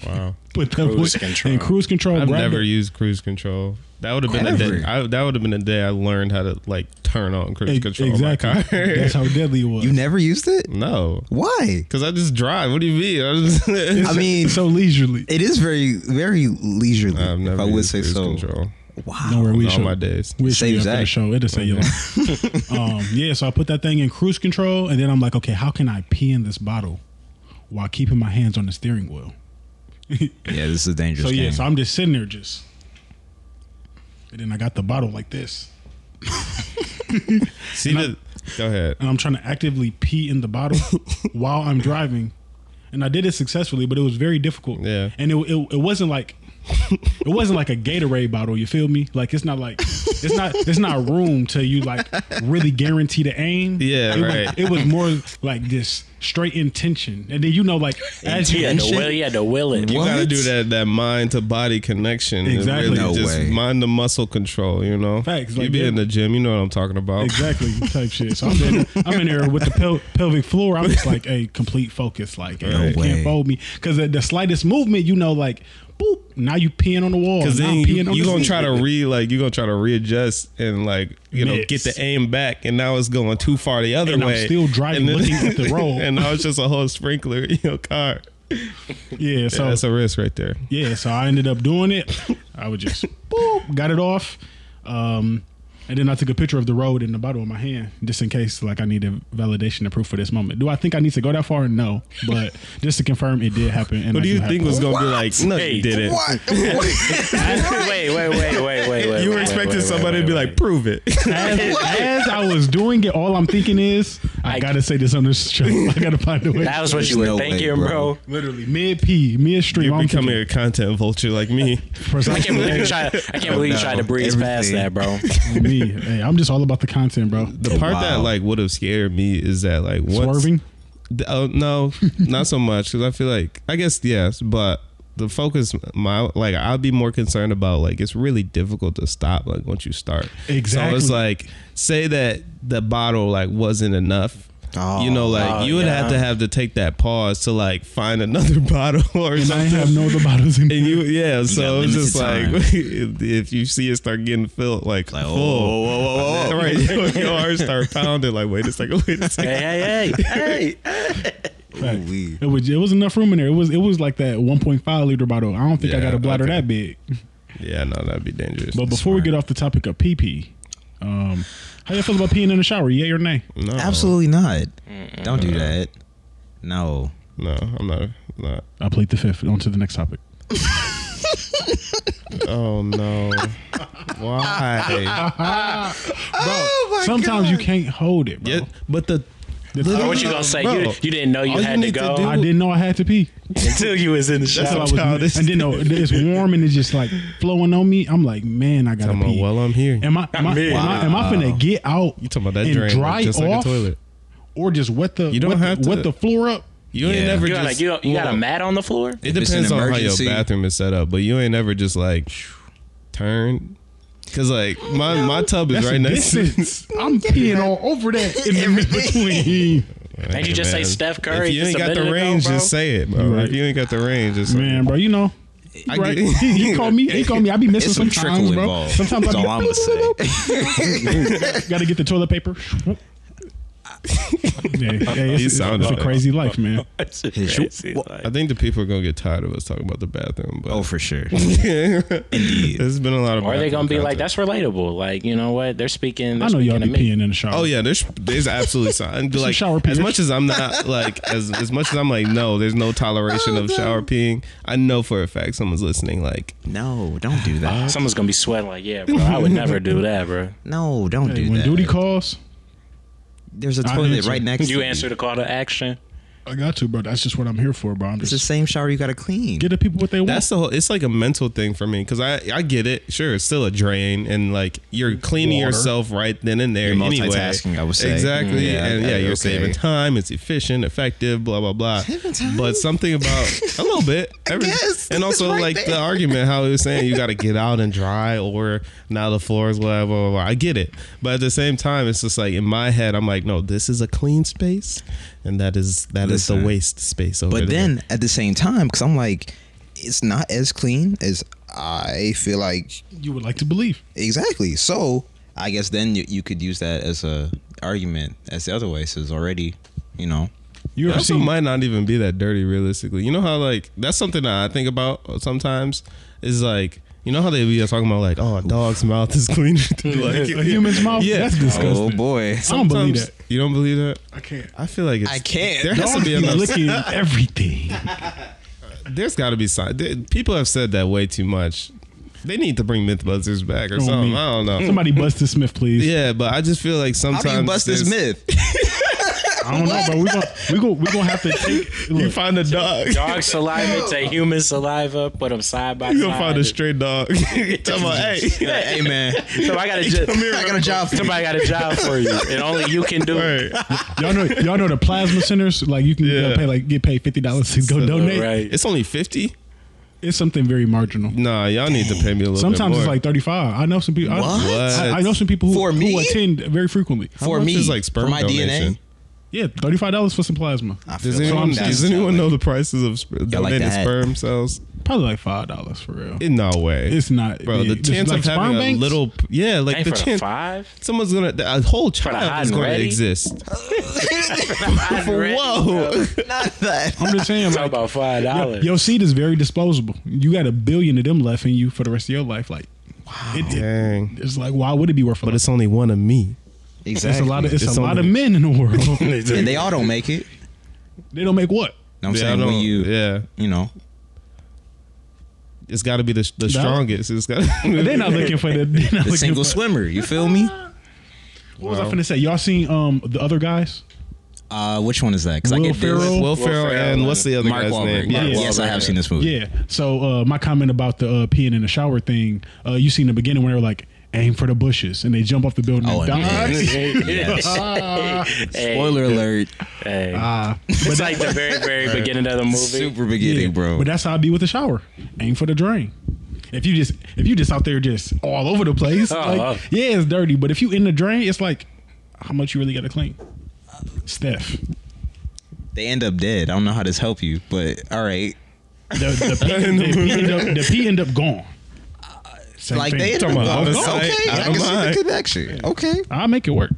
[SPEAKER 5] wow.
[SPEAKER 2] Put that
[SPEAKER 3] Cruise
[SPEAKER 2] boy
[SPEAKER 3] control.
[SPEAKER 2] in cruise control.
[SPEAKER 5] I've
[SPEAKER 2] grabbed
[SPEAKER 5] never
[SPEAKER 2] it.
[SPEAKER 5] used cruise control. That would have been a day.
[SPEAKER 1] Ever.
[SPEAKER 5] I, that would have been a day I learned how to like turn on cruise
[SPEAKER 2] E-
[SPEAKER 5] control. in my
[SPEAKER 2] Exactly.
[SPEAKER 5] car. *laughs*
[SPEAKER 2] That's how deadly it was.
[SPEAKER 1] You never used it?
[SPEAKER 5] no,
[SPEAKER 1] Why?
[SPEAKER 5] because I just drive. What do you mean?
[SPEAKER 2] *laughs*
[SPEAKER 5] I, just,
[SPEAKER 1] I mean,
[SPEAKER 2] so leisurely.
[SPEAKER 1] it is very, very leisurely.
[SPEAKER 5] I've
[SPEAKER 1] If
[SPEAKER 5] never
[SPEAKER 1] I would
[SPEAKER 5] used
[SPEAKER 1] say
[SPEAKER 5] cruise
[SPEAKER 1] so.
[SPEAKER 5] control.
[SPEAKER 2] Don't
[SPEAKER 1] Wow.
[SPEAKER 2] worry, we
[SPEAKER 5] in all
[SPEAKER 2] should.
[SPEAKER 5] my days.
[SPEAKER 2] We should
[SPEAKER 1] Save
[SPEAKER 2] be up for the
[SPEAKER 1] Zach.
[SPEAKER 2] show. It'll say your life. um, yeah, so I put that thing in cruise control, and then I'm like, okay, how can I pee in this bottle while keeping my hands on the steering wheel?
[SPEAKER 1] Yeah, this is a dangerous
[SPEAKER 2] so yeah,
[SPEAKER 1] game.
[SPEAKER 2] so I'm just sitting there, just, and then I got the bottle like this,
[SPEAKER 5] See the. Go ahead.
[SPEAKER 2] and I'm trying to actively pee in the
[SPEAKER 5] *laughs*
[SPEAKER 2] bottle while I'm driving, and I did it successfully, but it was very difficult.
[SPEAKER 5] Yeah.
[SPEAKER 2] and it it, it wasn't
[SPEAKER 5] *laughs*
[SPEAKER 2] like. it wasn't like a Gatorade bottle, you feel me? Like it's not like it's not it's not room to you like really guarantee the aim.
[SPEAKER 5] Yeah,
[SPEAKER 2] it
[SPEAKER 5] right.
[SPEAKER 2] Was, it was more like this straight intention, and then you know like as
[SPEAKER 3] He
[SPEAKER 2] you
[SPEAKER 3] had to
[SPEAKER 1] Intention?
[SPEAKER 3] will. He had to will it.
[SPEAKER 5] You gotta
[SPEAKER 1] What?
[SPEAKER 5] do that that mind to body connection. It
[SPEAKER 2] Exactly.
[SPEAKER 1] No
[SPEAKER 5] just
[SPEAKER 1] way.
[SPEAKER 5] mind to muscle control. You know,
[SPEAKER 2] Facts,
[SPEAKER 5] you
[SPEAKER 2] like
[SPEAKER 5] be
[SPEAKER 2] that-
[SPEAKER 5] in the gym. You know what I'm talking about. *laughs*
[SPEAKER 2] exactly type shit. So I'm in, I'm in there with the pel- pelvic floor. I'm just like a complete focus, like hey,
[SPEAKER 1] No
[SPEAKER 2] you
[SPEAKER 1] way.
[SPEAKER 2] can't fold me because the slightest movement, you know, like boop. Now you peeing on the wall.
[SPEAKER 5] Because
[SPEAKER 2] now
[SPEAKER 5] then
[SPEAKER 2] I'm
[SPEAKER 5] you,
[SPEAKER 2] peeing on
[SPEAKER 5] you
[SPEAKER 2] the
[SPEAKER 5] gonna
[SPEAKER 2] seat.
[SPEAKER 5] try to re like you gonna try to readjust and like you know
[SPEAKER 2] Miss.
[SPEAKER 5] get the aim back, and now it's going too far the other
[SPEAKER 2] And I'm
[SPEAKER 5] way.
[SPEAKER 2] still driving, looking at
[SPEAKER 5] *laughs*
[SPEAKER 2] the road.
[SPEAKER 5] and now it's just a whole sprinkler in your car.
[SPEAKER 2] Yeah, so
[SPEAKER 5] So that's a risk right there.
[SPEAKER 2] yeah, so I ended up doing it. I would just boop, got it off. Um, and then I took a picture of the road in the bottle of my hand, just in case like I needed validation and proof for this moment. Do I think I need to go that far? No. But just to confirm it did happen. And
[SPEAKER 5] Who
[SPEAKER 2] I
[SPEAKER 5] do you
[SPEAKER 2] have
[SPEAKER 5] think was
[SPEAKER 2] proof.
[SPEAKER 5] gonna be like? No, you
[SPEAKER 3] Hey,
[SPEAKER 5] didn't.
[SPEAKER 1] What?
[SPEAKER 2] *laughs*
[SPEAKER 1] What?
[SPEAKER 3] *laughs* wait, wait, wait, wait, wait, wait.
[SPEAKER 5] You
[SPEAKER 3] wait,
[SPEAKER 5] were
[SPEAKER 3] wait,
[SPEAKER 5] expecting
[SPEAKER 3] wait,
[SPEAKER 5] somebody
[SPEAKER 3] wait,
[SPEAKER 5] to be
[SPEAKER 3] wait,
[SPEAKER 5] like, "Prove it." *laughs*
[SPEAKER 2] as, as I was doing it, all I'm thinking is, I,
[SPEAKER 3] I-
[SPEAKER 2] gotta say this on this show. I gotta find a way.
[SPEAKER 3] That was what
[SPEAKER 1] There's
[SPEAKER 3] you were
[SPEAKER 1] no
[SPEAKER 3] thinking,
[SPEAKER 1] way, bro.
[SPEAKER 3] bro.
[SPEAKER 2] Literally mid P, mid stream.
[SPEAKER 5] You're
[SPEAKER 2] I'm
[SPEAKER 5] becoming
[SPEAKER 2] coming.
[SPEAKER 5] a content vulture
[SPEAKER 2] *laughs*
[SPEAKER 5] like me.
[SPEAKER 3] I *laughs* can't believe you tried. I can't believe you tried to breeze past
[SPEAKER 1] Everything.
[SPEAKER 3] that, bro.
[SPEAKER 2] me. Hey, I'm just all about the content, bro.
[SPEAKER 5] The part that
[SPEAKER 1] Wow.
[SPEAKER 5] like would have scared me is that like once
[SPEAKER 2] Swerving.
[SPEAKER 5] The- Oh
[SPEAKER 2] *laughs*
[SPEAKER 5] no, not so much because I feel like I guess yes, but the focus my like I'll be more concerned about like it's really difficult to stop like once you start. So
[SPEAKER 2] Exactly.
[SPEAKER 5] it's like say that the bottle like wasn't enough.
[SPEAKER 1] Oh.
[SPEAKER 5] you know, like
[SPEAKER 3] Oh,
[SPEAKER 5] you would
[SPEAKER 3] yeah.
[SPEAKER 5] have to have to take take that pause to like find another *laughs* bottle or
[SPEAKER 2] And I
[SPEAKER 5] something.
[SPEAKER 2] ain't have no other bottles in
[SPEAKER 5] and you yeah, so
[SPEAKER 1] got
[SPEAKER 5] it's just
[SPEAKER 1] limited
[SPEAKER 5] like if *laughs* if you see it start getting filled like,
[SPEAKER 1] Like,
[SPEAKER 5] full,
[SPEAKER 1] whoa, whoa, whoa, whoa, whoa.
[SPEAKER 3] *laughs*
[SPEAKER 2] *laughs*
[SPEAKER 5] right, your, your heart start pounding like wait a second, wait a
[SPEAKER 3] Oh. Hey,
[SPEAKER 5] second.
[SPEAKER 3] hey, hey, hey.
[SPEAKER 2] Facts.
[SPEAKER 1] Ooh-wee.
[SPEAKER 2] It was it was enough room in there. It was it was like that 1.5 liter bottle. I don't think I
[SPEAKER 5] Yeah,
[SPEAKER 2] got a bladder
[SPEAKER 5] okay.
[SPEAKER 2] that big.
[SPEAKER 5] Yeah, no, that'd be dangerous.
[SPEAKER 2] But before we
[SPEAKER 1] smart.
[SPEAKER 2] get off the topic of pee pee, um, how you feel about peeing in the shower? Yay or nay?
[SPEAKER 5] No.
[SPEAKER 1] Absolutely not. Don't do that. No.
[SPEAKER 5] No, I'm not. Not.
[SPEAKER 2] I plead the fifth. On to the next topic.
[SPEAKER 5] Oh no.
[SPEAKER 3] *laughs*
[SPEAKER 5] Why?
[SPEAKER 2] Sometimes you can't hold it, bro.
[SPEAKER 5] Yeah, but the
[SPEAKER 2] The
[SPEAKER 3] Oh,
[SPEAKER 2] time-
[SPEAKER 3] what you gonna say?
[SPEAKER 5] Bro.
[SPEAKER 3] You, you didn't know you
[SPEAKER 5] All you
[SPEAKER 3] had to
[SPEAKER 5] need to
[SPEAKER 3] go
[SPEAKER 5] do-
[SPEAKER 2] I didn't know I had to pee.
[SPEAKER 3] *laughs* until you was in the
[SPEAKER 2] So I
[SPEAKER 3] shower.
[SPEAKER 2] was,
[SPEAKER 5] childish.
[SPEAKER 2] and *laughs* then uh, it's warm and it's just like flowing on me. I'm like, man, I gotta
[SPEAKER 5] I'm a,
[SPEAKER 2] pee.
[SPEAKER 5] well, I'm here.
[SPEAKER 2] Am I am I, am I am I finna get out?
[SPEAKER 5] you talking about that
[SPEAKER 2] and
[SPEAKER 5] drain?
[SPEAKER 2] dry
[SPEAKER 5] Dry just like
[SPEAKER 2] off?
[SPEAKER 5] a toilet.
[SPEAKER 2] or just wet the
[SPEAKER 5] You don't
[SPEAKER 2] wet,
[SPEAKER 5] have to-
[SPEAKER 2] wet the floor up?
[SPEAKER 5] You
[SPEAKER 1] Yeah.
[SPEAKER 5] ain't never
[SPEAKER 3] You got
[SPEAKER 5] just.
[SPEAKER 3] like you, don't- you got
[SPEAKER 5] well,
[SPEAKER 3] a mat on the floor.
[SPEAKER 5] It
[SPEAKER 1] If it's an
[SPEAKER 5] depends on how your
[SPEAKER 1] emergency-
[SPEAKER 5] bathroom is set up, but you ain't ever just like turn. Cause like my my tub is
[SPEAKER 2] That's
[SPEAKER 5] right
[SPEAKER 2] a
[SPEAKER 5] next *laughs* to.
[SPEAKER 2] distance. *laughs* I'm peeing all over *laughs* that in the between.
[SPEAKER 3] Didn't you just say
[SPEAKER 5] Man,
[SPEAKER 3] Steph Curry
[SPEAKER 5] If you
[SPEAKER 3] just
[SPEAKER 5] ain't
[SPEAKER 3] a
[SPEAKER 5] got
[SPEAKER 3] minute
[SPEAKER 5] the
[SPEAKER 3] ago,
[SPEAKER 5] range,
[SPEAKER 3] bro?
[SPEAKER 5] just say it, bro.
[SPEAKER 2] You're right.
[SPEAKER 5] If you ain't got the range, just say
[SPEAKER 2] Man,
[SPEAKER 5] it.
[SPEAKER 2] bro, you know
[SPEAKER 5] I
[SPEAKER 2] right?
[SPEAKER 5] get-
[SPEAKER 2] he, he called me. He called me. I be missing
[SPEAKER 1] It's some
[SPEAKER 2] sometimes,
[SPEAKER 1] trickle
[SPEAKER 2] bro.
[SPEAKER 1] involved.
[SPEAKER 2] Sometimes
[SPEAKER 1] That's all
[SPEAKER 2] I
[SPEAKER 1] I'm gonna *laughs* say.
[SPEAKER 2] be, gotta get the toilet
[SPEAKER 5] *laughs*
[SPEAKER 2] paper. yeah, hey, it's,
[SPEAKER 5] sounded
[SPEAKER 2] it's a
[SPEAKER 5] like-
[SPEAKER 2] crazy life,
[SPEAKER 5] *laughs*
[SPEAKER 2] man.
[SPEAKER 3] It's just
[SPEAKER 1] His-
[SPEAKER 3] crazy, like-
[SPEAKER 5] I think the people are gonna get tired of us talking about the bathroom. But
[SPEAKER 1] Oh, for sure.
[SPEAKER 5] indeed, it's been a lot of.
[SPEAKER 3] Or are they
[SPEAKER 5] bathroom
[SPEAKER 3] gonna be like,
[SPEAKER 5] content.
[SPEAKER 3] that's relatable? Like, you know what? They're speaking. They're
[SPEAKER 2] I know y'all be
[SPEAKER 3] speaking to me.
[SPEAKER 2] peeing in the shower.
[SPEAKER 5] Oh yeah, there's there's absolutely sign. like
[SPEAKER 2] shower
[SPEAKER 5] as
[SPEAKER 2] peers.
[SPEAKER 5] much as I'm not like as as much as I'm like no, there's no toleration of shower peeing. I know for a fact someone's listening. Like
[SPEAKER 1] No, don't do that.
[SPEAKER 3] Someone's gonna be sweating like, yeah, bro. I would never do that,
[SPEAKER 5] *laughs*
[SPEAKER 3] bro.
[SPEAKER 1] No, don't
[SPEAKER 2] Hey,
[SPEAKER 1] do
[SPEAKER 2] when
[SPEAKER 1] that.
[SPEAKER 2] duty calls,
[SPEAKER 1] There's a
[SPEAKER 2] I
[SPEAKER 1] toilet
[SPEAKER 2] answer.
[SPEAKER 1] right next to
[SPEAKER 3] You answer the call to action.
[SPEAKER 2] I got to, bro. That's just what I'm here for, bro. I'm
[SPEAKER 1] It's
[SPEAKER 2] just,
[SPEAKER 1] the same shower you gotta clean.
[SPEAKER 2] get the people what they want.
[SPEAKER 5] that's the whole. It's like a mental thing for me because I I get it. Sure, it's still a drain, and like you're cleaning
[SPEAKER 2] Water.
[SPEAKER 5] yourself right then and there.
[SPEAKER 1] You're
[SPEAKER 5] anyway.
[SPEAKER 1] multitasking, I would say.
[SPEAKER 5] exactly,
[SPEAKER 1] Mm, yeah,
[SPEAKER 5] and yeah,
[SPEAKER 1] okay,
[SPEAKER 5] you're
[SPEAKER 1] okay.
[SPEAKER 5] saving time. It's efficient, effective, blah blah blah.
[SPEAKER 1] Saving time?
[SPEAKER 5] But
[SPEAKER 1] *laughs*
[SPEAKER 5] something about a little bit,
[SPEAKER 1] guess. It's
[SPEAKER 5] and also
[SPEAKER 1] right
[SPEAKER 5] like the
[SPEAKER 1] there.
[SPEAKER 5] argument how he was saying you
[SPEAKER 1] *laughs*
[SPEAKER 5] got to get out and dry or now the floors blah, blah blah blah. I get it, but at the same time, it's just like in my head, I'm like, no, this is a clean space, and that is that is
[SPEAKER 1] Listen.
[SPEAKER 5] the waste space over
[SPEAKER 1] But
[SPEAKER 5] there.
[SPEAKER 1] then at the same time, because I'm like, it's not as clean as I feel like.
[SPEAKER 2] you would like to believe.
[SPEAKER 1] Exactly. So I guess then you, you could use that as a argument as the other way. So it's already, you know,
[SPEAKER 2] You
[SPEAKER 5] It
[SPEAKER 2] ever
[SPEAKER 5] also
[SPEAKER 2] seen?
[SPEAKER 5] might not even be that dirty realistically. You know how like that's something that I think about sometimes is like you know how they be talking about like oh a dog's mouth
[SPEAKER 2] *laughs*
[SPEAKER 5] is cleaner than like
[SPEAKER 2] a human's mouth.
[SPEAKER 5] Yeah.
[SPEAKER 2] that's disgusting.
[SPEAKER 1] oh boy.
[SPEAKER 2] I don't believe
[SPEAKER 5] Sometimes-
[SPEAKER 2] that.
[SPEAKER 5] You don't believe that?
[SPEAKER 2] I can't.
[SPEAKER 5] I feel like it's,
[SPEAKER 1] I can't.
[SPEAKER 5] There has to
[SPEAKER 2] Dogs
[SPEAKER 5] be
[SPEAKER 2] be
[SPEAKER 5] enough.
[SPEAKER 2] licking everything.
[SPEAKER 5] There's got to be sign. there- People have said that way too much. They need to bring MythBusters back or
[SPEAKER 2] Don't
[SPEAKER 5] something.
[SPEAKER 2] me.
[SPEAKER 5] I don't know.
[SPEAKER 2] Somebody bust this Smith, please.
[SPEAKER 5] Yeah, but I just feel like
[SPEAKER 1] How
[SPEAKER 5] sometimes
[SPEAKER 1] do you bust this
[SPEAKER 5] there's-
[SPEAKER 1] myth?
[SPEAKER 2] I don't know, but we gonna we gonna we gonna have to take.
[SPEAKER 5] You
[SPEAKER 2] Look,
[SPEAKER 5] find a dog.
[SPEAKER 3] Dog saliva to human saliva. Put them side by
[SPEAKER 5] *laughs* You
[SPEAKER 3] side.
[SPEAKER 5] gonna find a
[SPEAKER 1] *laughs*
[SPEAKER 5] stray dog? Tell me,
[SPEAKER 1] Like,
[SPEAKER 5] hey,
[SPEAKER 1] hey man,
[SPEAKER 3] So I got a jo-
[SPEAKER 1] come here, I got a job. For you.
[SPEAKER 3] somebody got a job for you, and only you can do it.
[SPEAKER 5] Right.
[SPEAKER 2] y'all know y'all know the plasma centers. Like you can go
[SPEAKER 5] Yeah.
[SPEAKER 2] pay like get paid fifty dollars to go donate.
[SPEAKER 3] Right.
[SPEAKER 5] it's only fifty.
[SPEAKER 2] It's something very marginal.
[SPEAKER 5] Nah, y'all need to pay me a little. bit
[SPEAKER 2] Sometimes
[SPEAKER 5] more.
[SPEAKER 2] it's like thirty five. I know some people. I,
[SPEAKER 1] What?
[SPEAKER 2] I, I know some people who,
[SPEAKER 1] For
[SPEAKER 2] who
[SPEAKER 1] me?
[SPEAKER 2] attend very frequently.
[SPEAKER 5] How
[SPEAKER 1] For
[SPEAKER 5] much
[SPEAKER 1] me,
[SPEAKER 5] is, like sperm
[SPEAKER 1] for my
[SPEAKER 5] donation?
[SPEAKER 1] DNA.
[SPEAKER 2] Yeah, thirty five dollars for some plasma.
[SPEAKER 1] I feel
[SPEAKER 5] Does
[SPEAKER 1] like
[SPEAKER 5] anyone
[SPEAKER 1] that's-
[SPEAKER 5] does
[SPEAKER 1] *laughs*
[SPEAKER 5] anyone know the prices of sp-
[SPEAKER 1] like
[SPEAKER 5] donated
[SPEAKER 1] that.
[SPEAKER 5] sperm cells?
[SPEAKER 2] Probably like five dollars for real.
[SPEAKER 5] In no way,
[SPEAKER 2] It's not
[SPEAKER 5] bro. The
[SPEAKER 2] big. This is
[SPEAKER 5] chance
[SPEAKER 2] like
[SPEAKER 5] of having
[SPEAKER 2] sperm
[SPEAKER 5] a
[SPEAKER 2] banks?
[SPEAKER 5] little, yeah, like
[SPEAKER 3] Ain't
[SPEAKER 5] the
[SPEAKER 3] for the
[SPEAKER 5] chance
[SPEAKER 3] five.
[SPEAKER 5] someone's gonna a whole
[SPEAKER 3] hot
[SPEAKER 5] child is
[SPEAKER 3] and
[SPEAKER 5] gonna
[SPEAKER 3] ready?
[SPEAKER 5] exist.
[SPEAKER 3] I'd rather-
[SPEAKER 5] Whoa,
[SPEAKER 1] Not that.
[SPEAKER 2] I'm just saying.
[SPEAKER 3] Talk
[SPEAKER 2] Like,
[SPEAKER 3] about five dollars. *laughs*
[SPEAKER 2] your seed is very disposable. You got a billion of them left in you for the rest of your life. Like, it- it-
[SPEAKER 5] dang!
[SPEAKER 2] it's like why would it be worth? a
[SPEAKER 5] But
[SPEAKER 2] lot?
[SPEAKER 5] it's only one of me.
[SPEAKER 2] It's
[SPEAKER 1] Exactly.
[SPEAKER 2] a lot of it's,
[SPEAKER 5] It's
[SPEAKER 2] a lot of
[SPEAKER 5] only-
[SPEAKER 2] men in the world.
[SPEAKER 1] *laughs* and they all don't make it.
[SPEAKER 2] they don't make what?
[SPEAKER 1] Know what I'm
[SPEAKER 5] Yeah, I
[SPEAKER 1] saying when
[SPEAKER 5] don't-
[SPEAKER 1] you,
[SPEAKER 5] yeah,
[SPEAKER 1] you know,
[SPEAKER 5] it's got to be the,
[SPEAKER 2] No.
[SPEAKER 5] the strongest. It's got.
[SPEAKER 2] They're
[SPEAKER 5] *laughs*
[SPEAKER 2] not looking for the, they're
[SPEAKER 1] *laughs*
[SPEAKER 2] not
[SPEAKER 1] the
[SPEAKER 2] looking
[SPEAKER 1] single
[SPEAKER 2] for,
[SPEAKER 1] swimmer. You feel me?
[SPEAKER 2] What was I finna say? Y'all seen um the other guys?
[SPEAKER 1] Uh, which one is that? Because I
[SPEAKER 2] Will
[SPEAKER 1] get this.
[SPEAKER 2] Ferrell?
[SPEAKER 5] Will Ferrell and what's the other
[SPEAKER 1] Mark
[SPEAKER 5] guy's
[SPEAKER 1] Wahlberg.
[SPEAKER 5] name?
[SPEAKER 1] Mark
[SPEAKER 5] Yeah.
[SPEAKER 1] Wahlberg. Yes, I have seen this movie.
[SPEAKER 2] Yeah. So uh, my comment about the uh, peeing in the shower thing, uh, you seen the beginning when they were like, aim for the bushes, and they jump off the building
[SPEAKER 1] Oh,
[SPEAKER 2] and
[SPEAKER 1] and
[SPEAKER 2] *laughs* die.
[SPEAKER 3] Hey,
[SPEAKER 1] Spoiler alert.
[SPEAKER 3] hey.
[SPEAKER 2] Ah,
[SPEAKER 3] it's like the very, very beginning of the movie.
[SPEAKER 1] Super
[SPEAKER 2] yeah.
[SPEAKER 1] beginning, bro.
[SPEAKER 2] But that's how I be with the shower. Aim for the drain. If you just if you just out there just all over the place,
[SPEAKER 3] Oh,
[SPEAKER 1] Uh-huh.
[SPEAKER 2] like
[SPEAKER 3] oh.
[SPEAKER 2] yeah, it's dirty. But if you in the drain, it's like how much you really gotta clean. Steph.
[SPEAKER 1] they end up dead. I don't know how this help you, but all right.
[SPEAKER 2] the, the,
[SPEAKER 1] *laughs*
[SPEAKER 2] P, the, P end up, the P end up gone. Same
[SPEAKER 1] like
[SPEAKER 2] thing.
[SPEAKER 1] they end up
[SPEAKER 2] Talking about
[SPEAKER 5] out
[SPEAKER 1] going.
[SPEAKER 5] of
[SPEAKER 1] Okay,
[SPEAKER 5] sight, out
[SPEAKER 1] I
[SPEAKER 5] of
[SPEAKER 1] can see
[SPEAKER 5] mind.
[SPEAKER 1] the connection. Okay.
[SPEAKER 2] I'll make it work.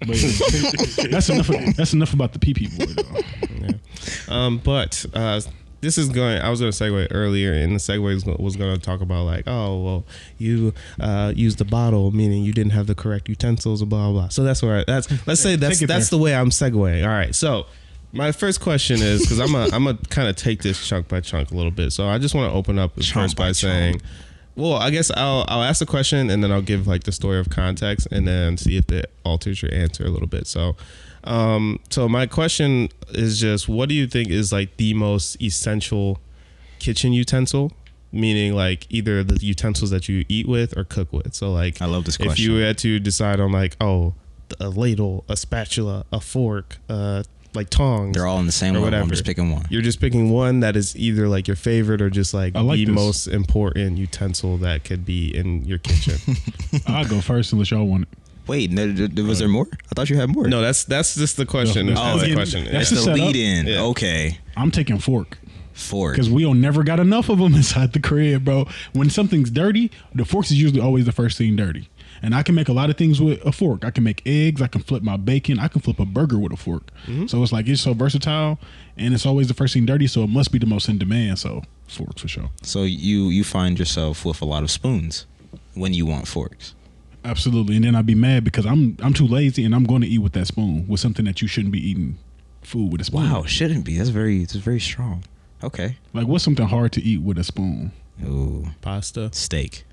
[SPEAKER 2] But yeah, that's enough. That's enough about the pee pee boy. Though.
[SPEAKER 5] Um, but uh, this is going. I was going to segue earlier, and the segue is, was going to talk about like, oh, well, you uh, used the bottle, meaning you didn't have the correct utensils, blah blah. blah. So that's where I, that's. Let's say that's
[SPEAKER 2] Take it
[SPEAKER 5] that's
[SPEAKER 2] there.
[SPEAKER 5] the way I'm segueing. All right, so. My first question is because I'm a I'm a kind of take this chunk by chunk a little bit, so I just want to open up
[SPEAKER 1] Chunk
[SPEAKER 5] first
[SPEAKER 1] by
[SPEAKER 5] by,
[SPEAKER 1] chunk.
[SPEAKER 5] saying, well, I guess I'll I'll ask the question and then I'll give like the story of context and then see if it alters your answer a little bit. So, um, so my question is just, what do you think is like the most essential kitchen utensil? Meaning, like either the utensils that you eat with or cook with. So, like,
[SPEAKER 1] I love this
[SPEAKER 5] If you had to decide on like, oh, a ladle, a spatula, a fork, uh, like tongs,
[SPEAKER 1] They're all in the same
[SPEAKER 5] Or
[SPEAKER 1] level. I'm
[SPEAKER 5] whatever.
[SPEAKER 1] just picking one.
[SPEAKER 5] you're just picking one that is either like your favorite or just like,
[SPEAKER 2] I like
[SPEAKER 5] the
[SPEAKER 2] this.
[SPEAKER 5] most important utensil that could be in
[SPEAKER 1] *laughs*
[SPEAKER 5] your kitchen.
[SPEAKER 2] I'll go first unless y'all want it.
[SPEAKER 1] Wait, no, th- th- was there more? I thought you had more.
[SPEAKER 5] no, that's that's just the question.
[SPEAKER 2] No, Oh,
[SPEAKER 5] that's
[SPEAKER 2] that's
[SPEAKER 5] the
[SPEAKER 2] getting-
[SPEAKER 5] question.
[SPEAKER 2] that's
[SPEAKER 5] Yeah.
[SPEAKER 1] that's the
[SPEAKER 2] the setup.
[SPEAKER 1] lead in.
[SPEAKER 5] Yeah.
[SPEAKER 1] Okay.
[SPEAKER 2] I'm taking fork.
[SPEAKER 1] fork.
[SPEAKER 2] Because we don't never got enough of them *laughs* inside the crib, bro. When something's dirty, the forks is usually always the first thing dirty. And I can make a lot of things with a fork. I can make eggs. I can flip my bacon. I can flip a burger with a fork.
[SPEAKER 1] Mm-hmm.
[SPEAKER 2] So it's like it's so versatile, and it's always the first thing dirty. So it must be the most in demand. So forks for sure,
[SPEAKER 1] So you you find yourself with a lot of spoons when you want forks.
[SPEAKER 2] absolutely. And then I'd be mad because I'm I'm too lazy and I'm going to eat with that spoon with something that you shouldn't be eating food with a spoon.
[SPEAKER 1] Wow, shouldn't be. That's very it's very strong. Okay.
[SPEAKER 2] Like what's something hard to eat with a spoon?
[SPEAKER 1] Ooh,
[SPEAKER 5] Pasta.
[SPEAKER 1] *laughs* steak.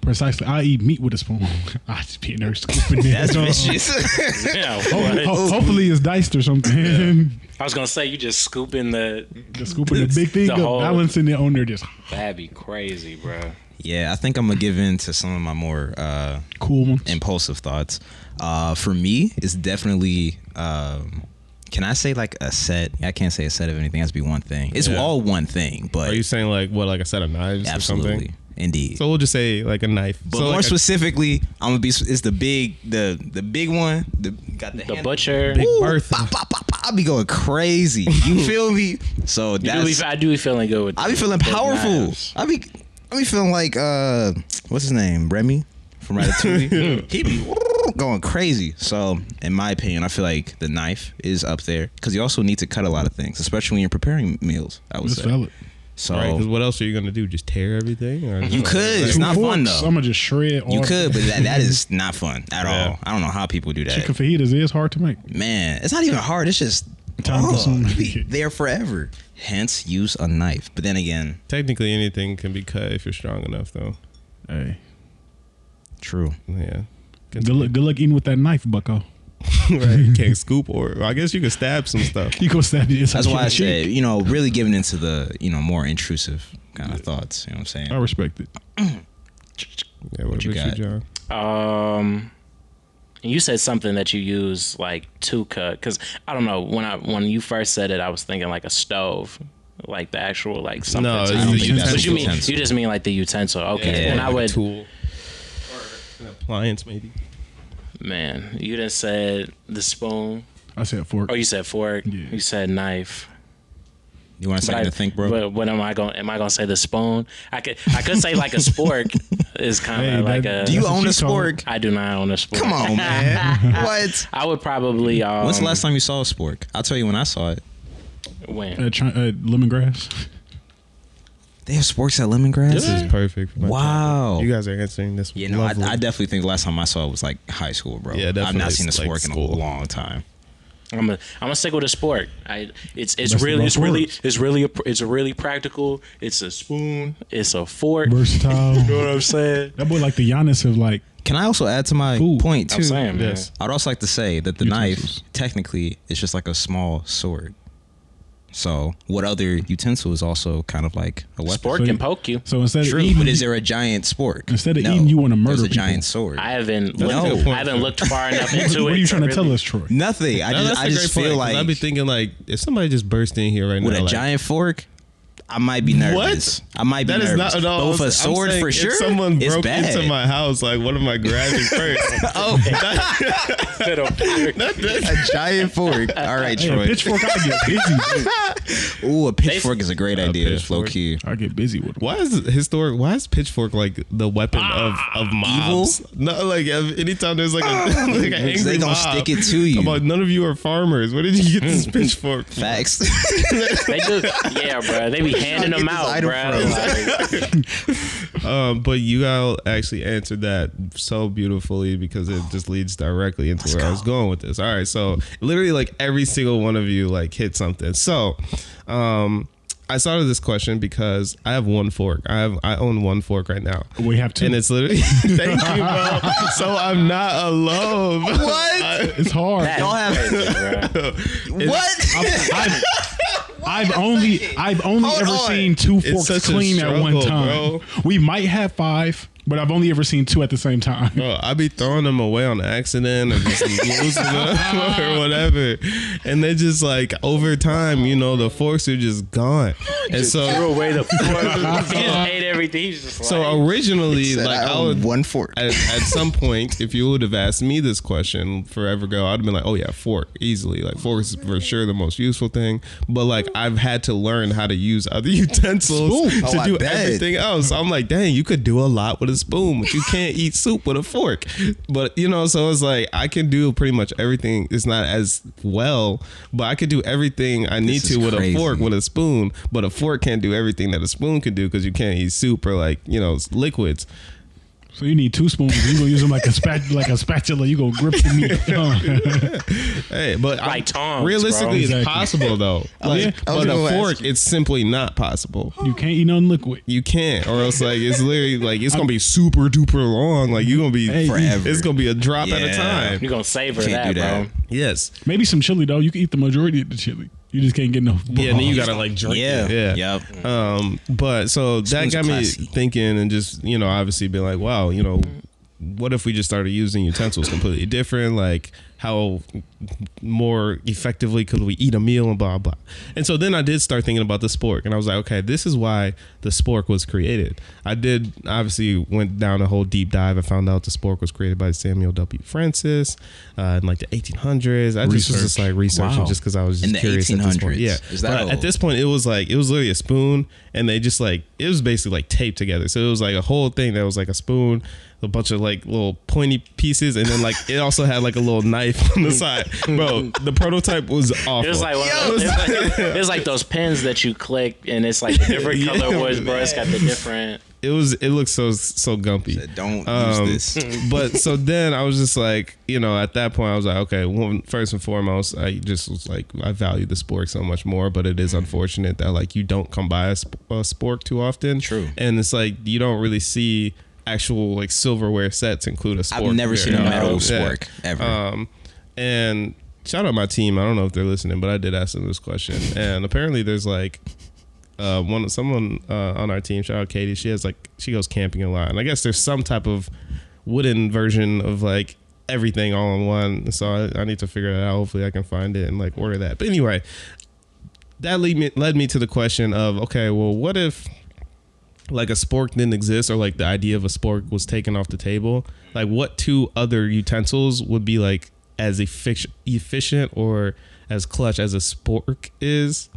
[SPEAKER 2] Precisely, I eat meat with a spoon. *laughs* I just be in there scooping it.
[SPEAKER 1] *laughs*
[SPEAKER 2] *laughs*
[SPEAKER 1] That's
[SPEAKER 2] Uh,
[SPEAKER 1] vicious.
[SPEAKER 3] Yeah,
[SPEAKER 2] Oh, Ho-
[SPEAKER 3] what?
[SPEAKER 2] ho- hopefully it's diced or something. *laughs*
[SPEAKER 3] I was gonna say you just scooping the
[SPEAKER 2] Just scooping the big thing
[SPEAKER 3] The
[SPEAKER 2] up,
[SPEAKER 3] whole-
[SPEAKER 2] balancing it on there, just
[SPEAKER 3] that'd be crazy, bro.
[SPEAKER 1] *laughs* yeah, I think I'm gonna give in to some of my more uh,
[SPEAKER 2] cool one.
[SPEAKER 1] impulsive thoughts. Uh, for me, it's definitely. Um, can I say like a set? I can't say a set of anything. It has to be one thing. It's
[SPEAKER 5] Yeah.
[SPEAKER 1] all one thing, but
[SPEAKER 5] Are you saying like what, like a set of knives or
[SPEAKER 1] absolutely,
[SPEAKER 5] something?
[SPEAKER 1] indeed.
[SPEAKER 5] So we'll just say like a knife.
[SPEAKER 1] but
[SPEAKER 5] so
[SPEAKER 1] more
[SPEAKER 5] like a-
[SPEAKER 1] specifically, I'm gonna be. It's the big, the the big one. The got the,
[SPEAKER 3] The
[SPEAKER 1] handle.
[SPEAKER 3] butcher.
[SPEAKER 5] Big
[SPEAKER 1] Ooh,
[SPEAKER 5] Bertha.
[SPEAKER 1] pop, pop, pop, pop, I'll be going crazy. You feel me? So
[SPEAKER 3] You do be,
[SPEAKER 1] that's.
[SPEAKER 3] I do be feeling good with.
[SPEAKER 1] I'll be
[SPEAKER 3] the-
[SPEAKER 1] feeling
[SPEAKER 3] the
[SPEAKER 1] powerful.
[SPEAKER 3] knives.
[SPEAKER 1] I'll be. I'll be feeling like uh, what's his name? Remy from Ratatouille. he be going crazy. So in my opinion, I feel like the knife is up there because you also need to cut a lot of things, especially when you're preparing meals. I would
[SPEAKER 2] That's
[SPEAKER 1] say.
[SPEAKER 2] valid.
[SPEAKER 1] So
[SPEAKER 5] Right, because what else are you gonna do? Just tear everything? Or
[SPEAKER 1] Oh. you could. It's not fun
[SPEAKER 2] I'm
[SPEAKER 1] though.
[SPEAKER 2] gonna just shred.
[SPEAKER 1] You
[SPEAKER 2] all-
[SPEAKER 1] could, but that, that is not fun at
[SPEAKER 5] Yeah.
[SPEAKER 1] all. I don't know how people do that.
[SPEAKER 2] chicken fajitas is hard to make.
[SPEAKER 1] Man, it's not even hard. It's just
[SPEAKER 2] Time
[SPEAKER 1] oh,
[SPEAKER 2] consuming.
[SPEAKER 1] you be there forever. Hence, use a knife. But then again,
[SPEAKER 5] Technically, anything can be cut if you're strong enough, though.
[SPEAKER 2] Hey,
[SPEAKER 1] true.
[SPEAKER 5] Yeah. *laughs*
[SPEAKER 2] good luck, good luck eating with that knife, Bucko. *laughs*
[SPEAKER 5] right. Can't scoop or I guess you can stab some stuff.
[SPEAKER 2] You go stab the inside.
[SPEAKER 1] That's why I
[SPEAKER 2] your cheek.
[SPEAKER 1] say, you know, really giving into the, you know, more intrusive kind of thoughts. You know what I'm saying?
[SPEAKER 2] I respect it.
[SPEAKER 5] Yeah, what,
[SPEAKER 1] you
[SPEAKER 5] about you,
[SPEAKER 1] got?
[SPEAKER 5] John?
[SPEAKER 3] Um, you said something that you use like to cook because I don't know when I when you first said it, I was thinking like a stove, like the actual like something.
[SPEAKER 5] No,
[SPEAKER 3] to-
[SPEAKER 5] it's
[SPEAKER 3] I don't
[SPEAKER 5] the
[SPEAKER 3] think that's what you mean.
[SPEAKER 1] utensil.
[SPEAKER 3] You just mean like the utensil. Okay,
[SPEAKER 1] Yeah.
[SPEAKER 3] and I
[SPEAKER 5] Like a
[SPEAKER 3] would
[SPEAKER 5] tool or an appliance maybe.
[SPEAKER 3] man, you didn't said the spoon.
[SPEAKER 2] I said fork.
[SPEAKER 3] Oh, you said fork.
[SPEAKER 2] Yeah.
[SPEAKER 3] You said knife.
[SPEAKER 1] You want a
[SPEAKER 3] But
[SPEAKER 1] second
[SPEAKER 3] I-
[SPEAKER 1] to think, bro?
[SPEAKER 3] But what am I going? Am I going to say the spoon? I could I could say like a
[SPEAKER 1] *laughs*
[SPEAKER 3] spork is kind of
[SPEAKER 2] Hey,
[SPEAKER 3] like
[SPEAKER 2] that-
[SPEAKER 3] a.
[SPEAKER 1] do you
[SPEAKER 2] that's what
[SPEAKER 1] own a
[SPEAKER 2] she told me.
[SPEAKER 1] spork?
[SPEAKER 3] I do not own a spork.
[SPEAKER 1] Come
[SPEAKER 3] *laughs*
[SPEAKER 1] on, man. what?
[SPEAKER 3] I would probably. Um,
[SPEAKER 1] When's the last time you saw a spork? I'll tell you when I saw it.
[SPEAKER 3] When?
[SPEAKER 2] Uh, chi- uh, lemongrass.
[SPEAKER 1] They have sporks at lemongrass.
[SPEAKER 5] This is perfect. For my
[SPEAKER 1] Wow.
[SPEAKER 5] topic. You guys are answering this.
[SPEAKER 1] You know, I,
[SPEAKER 5] lovely.
[SPEAKER 1] I definitely think the last time I saw it was like high school, bro.
[SPEAKER 5] Yeah,
[SPEAKER 1] I've
[SPEAKER 5] definitely
[SPEAKER 1] not seen a
[SPEAKER 5] like
[SPEAKER 1] spork in
[SPEAKER 5] school.
[SPEAKER 1] a long time.
[SPEAKER 3] I'm gonna I'm gonna stick with a sport. I it's it's
[SPEAKER 2] Best of
[SPEAKER 3] really
[SPEAKER 2] both
[SPEAKER 3] it's really
[SPEAKER 2] worlds.
[SPEAKER 3] it's really a, it's really practical. It's a spoon. It's a fork. You
[SPEAKER 2] *laughs*
[SPEAKER 3] know
[SPEAKER 2] Versatile.
[SPEAKER 3] what I'm saying?
[SPEAKER 2] *laughs* that boy like the Giannis of like
[SPEAKER 1] Can I also add to my
[SPEAKER 2] Food.
[SPEAKER 1] point too?
[SPEAKER 3] I'm saying, man.
[SPEAKER 5] Yes.
[SPEAKER 1] I'd also like to say that the
[SPEAKER 2] Utensils.
[SPEAKER 1] knife technically is just like a small sword. So what other utensil is also kind of like a weapon?
[SPEAKER 3] Sport
[SPEAKER 2] So you-
[SPEAKER 3] can poke you.
[SPEAKER 2] so instead
[SPEAKER 1] True,
[SPEAKER 2] of eating,
[SPEAKER 1] but is there a giant spork?
[SPEAKER 2] Instead of eating, you wanna murder
[SPEAKER 1] There's a
[SPEAKER 2] people.
[SPEAKER 1] giant sword.
[SPEAKER 3] I haven't
[SPEAKER 1] That's a good
[SPEAKER 3] looked,
[SPEAKER 1] point,
[SPEAKER 3] I haven't looked
[SPEAKER 1] *laughs*
[SPEAKER 3] far enough
[SPEAKER 2] what,
[SPEAKER 3] into it.
[SPEAKER 2] what are you trying to tell
[SPEAKER 3] really-
[SPEAKER 2] us, Troy?
[SPEAKER 1] Nothing. I
[SPEAKER 5] No,
[SPEAKER 1] just,
[SPEAKER 5] that's
[SPEAKER 1] I
[SPEAKER 5] a
[SPEAKER 1] just
[SPEAKER 5] great
[SPEAKER 1] feel
[SPEAKER 5] point, 'cause
[SPEAKER 1] like
[SPEAKER 5] I'd be thinking like if somebody just burst in here right
[SPEAKER 1] with
[SPEAKER 5] now
[SPEAKER 1] a
[SPEAKER 5] like,
[SPEAKER 1] giant fork, I might be nervous. I might be
[SPEAKER 5] That is
[SPEAKER 1] nervous.
[SPEAKER 5] not at all.
[SPEAKER 1] Both
[SPEAKER 5] I'm
[SPEAKER 1] a
[SPEAKER 5] saying- I'm
[SPEAKER 1] sword
[SPEAKER 5] saying
[SPEAKER 1] for
[SPEAKER 5] if
[SPEAKER 1] sure.
[SPEAKER 5] Someone
[SPEAKER 1] it's
[SPEAKER 5] broke
[SPEAKER 1] bad.
[SPEAKER 5] into my house. Like, what am I grabbing first?
[SPEAKER 1] *laughs*
[SPEAKER 5] *laughs*
[SPEAKER 1] oh, *laughs*
[SPEAKER 5] That- that-
[SPEAKER 1] a giant
[SPEAKER 5] *laughs*
[SPEAKER 1] fork. All right,
[SPEAKER 2] Hey, a
[SPEAKER 1] Troy.
[SPEAKER 2] pitchfork, I
[SPEAKER 1] *laughs*
[SPEAKER 2] get busy.
[SPEAKER 1] Ooh, a pitchfork is a great idea, low
[SPEAKER 5] pitchfork.
[SPEAKER 1] key.
[SPEAKER 2] I get busy with them.
[SPEAKER 5] Why is historic? Why is pitchfork like the weapon of of mobs? No, like if- anytime there's
[SPEAKER 1] *laughs*
[SPEAKER 5] like a *laughs* like an angry
[SPEAKER 1] They gonna
[SPEAKER 5] mob,
[SPEAKER 1] stick it to you. Mm.
[SPEAKER 5] I'm like, none of you are farmers. Where did you get this pitchfork? from?"
[SPEAKER 1] Facts. *laughs*
[SPEAKER 3] They do, yeah, bro. They be handing
[SPEAKER 1] Get
[SPEAKER 3] them
[SPEAKER 1] this
[SPEAKER 3] out,
[SPEAKER 1] item
[SPEAKER 3] bro. Like,
[SPEAKER 5] Um, but you all actually answered that so beautifully because it just leads directly into where I was going with this. All right, so literally like every single one of you like hit something. So, um, I started this question because I have one fork. I have I own one fork right now.
[SPEAKER 2] We have two.
[SPEAKER 5] And it's literally *laughs* thank you, bro. So I'm not alone.
[SPEAKER 1] what?
[SPEAKER 2] It's hard.
[SPEAKER 3] that's
[SPEAKER 1] Y'all have-
[SPEAKER 3] crazy, *laughs*
[SPEAKER 1] *laughs*
[SPEAKER 3] bro.
[SPEAKER 5] *laughs*
[SPEAKER 1] What?
[SPEAKER 2] I've,
[SPEAKER 1] *laughs*
[SPEAKER 2] I've, I've only I've only
[SPEAKER 1] Hold
[SPEAKER 2] ever
[SPEAKER 1] on.
[SPEAKER 2] seen two
[SPEAKER 5] It's
[SPEAKER 2] forks
[SPEAKER 5] such a
[SPEAKER 2] clean at one
[SPEAKER 5] struggle,
[SPEAKER 2] time.
[SPEAKER 5] bro.
[SPEAKER 2] We might have five. but I've only ever seen two at the same time.
[SPEAKER 5] Bro, I be throwing them away on accident or just losing them or whatever. And they just like over time, you know, the forks are just gone. And so
[SPEAKER 3] away the fork. he just ate everything. He's just like,
[SPEAKER 5] so uh, originally
[SPEAKER 1] Said I
[SPEAKER 5] like "Oh, I
[SPEAKER 1] own
[SPEAKER 5] would
[SPEAKER 1] one fork.
[SPEAKER 5] at, at some point, if you would have asked me this question forever ago, I'd have been like, "Oh yeah, fork easily. Like fork is for sure the most useful thing." But like, I've had to learn how to use other *laughs* utensils
[SPEAKER 1] Spoon.
[SPEAKER 5] to
[SPEAKER 1] Oh, I
[SPEAKER 5] do
[SPEAKER 1] bet.
[SPEAKER 5] everything else. I'm like, "Dang, you could do a lot with a spoon, but you can't eat soup with a fork." But you know, so it's like I can do pretty much everything. It's not as well, but I could do everything I need
[SPEAKER 1] This
[SPEAKER 5] to
[SPEAKER 1] is
[SPEAKER 5] with
[SPEAKER 1] crazy.
[SPEAKER 5] a fork with a spoon. But a fork can't do everything that a spoon can do because you can't eat soup or like you know liquids.
[SPEAKER 2] So you need two spoons. You gonna use them like a spat like a spatula. You gonna grip the
[SPEAKER 5] *laughs*
[SPEAKER 2] meat.
[SPEAKER 5] Hey, but I-
[SPEAKER 3] Like tongs,
[SPEAKER 5] realistically,
[SPEAKER 2] bro.
[SPEAKER 5] it's
[SPEAKER 2] Exactly.
[SPEAKER 5] possible though. *laughs*
[SPEAKER 1] was-
[SPEAKER 5] Like,
[SPEAKER 1] I was
[SPEAKER 5] but
[SPEAKER 1] gonna
[SPEAKER 5] a
[SPEAKER 1] ask
[SPEAKER 5] fork,
[SPEAKER 1] you.
[SPEAKER 5] it's simply not possible.
[SPEAKER 2] you can't eat nothing liquid.
[SPEAKER 5] You can't, or else like *laughs* it's literally like it's gonna be super duper long. Like you're gonna be
[SPEAKER 2] Hey,
[SPEAKER 1] Forever.
[SPEAKER 5] It's gonna be a drop at a
[SPEAKER 1] Yeah.
[SPEAKER 5] time.
[SPEAKER 3] you're going to savor
[SPEAKER 1] Can't
[SPEAKER 3] that,
[SPEAKER 1] do
[SPEAKER 3] bro.
[SPEAKER 1] that.
[SPEAKER 5] Yes.
[SPEAKER 2] Maybe some chili though. You can eat the majority of the chili. You just can't get enough.
[SPEAKER 5] Yeah, and then you gotta like drink.
[SPEAKER 1] Yeah.
[SPEAKER 5] It. Yeah.
[SPEAKER 1] Yep.
[SPEAKER 5] Um, but so that
[SPEAKER 1] Spoon's
[SPEAKER 5] got me
[SPEAKER 1] classy.
[SPEAKER 5] thinking and just, you know, obviously being like, wow, you know,
[SPEAKER 1] Mm-hmm.
[SPEAKER 5] what if we just started using utensils completely different? Like, how more effectively could we eat a meal and blah, blah. And so then I did start thinking about the spork and I was like, okay, this is why the spork was created. I did obviously went down a whole deep dive. I found out the spork was created by Samuel W. Francis uh, in like the 1800s. I just was
[SPEAKER 2] Research.
[SPEAKER 5] just like researching
[SPEAKER 1] Wow.
[SPEAKER 5] just because I was just
[SPEAKER 1] In the
[SPEAKER 5] curious at this point.
[SPEAKER 1] 1800s.
[SPEAKER 5] Yeah.
[SPEAKER 1] Is that
[SPEAKER 5] but at
[SPEAKER 1] old?
[SPEAKER 5] this this point it was like it was literally a spoon and they just like it was basically like taped together so it was like a whole thing that was like a spoon a bunch of like little pointy pieces and then like it also had like a little knife on the side bro the prototype was awful
[SPEAKER 3] It was like one of those, it was like, it was like those pins that you click and it's like the different
[SPEAKER 5] Yeah,
[SPEAKER 3] color words, bro. It's got the different.
[SPEAKER 5] it was it looked so so gumpy
[SPEAKER 1] Said, Don't
[SPEAKER 5] Um,
[SPEAKER 1] use this.
[SPEAKER 5] *laughs* but so then I was just like, you know, at that point I was like, okay, well, first and foremost, I just was like, I value the spork so much more, but it is
[SPEAKER 1] Mm-hmm.
[SPEAKER 5] unfortunate that like you don't come by a, sp- a spork too often.
[SPEAKER 1] True.
[SPEAKER 5] and it's like you don't really see actual like silverware sets include a
[SPEAKER 1] I've
[SPEAKER 5] spork.
[SPEAKER 1] never seen a
[SPEAKER 5] very
[SPEAKER 1] metal
[SPEAKER 5] often. Yeah.
[SPEAKER 1] spork ever.
[SPEAKER 5] Um, and shout out my team. I don't know if they're listening, but I did ask them this question, and apparently there's like uh, one someone uh, on our team. Shout out Katie. She has like she goes camping a lot, and I guess there's some type of wooden version of like everything all in one. So I, I need to figure that out. Hopefully, I can find it and like order that. But anyway, that lead me led me to the question of okay, well, what if like a spork didn't exist or like the idea of a spork was taken off the table like what two other utensils would be like as effic- efficient or as clutch as a spork is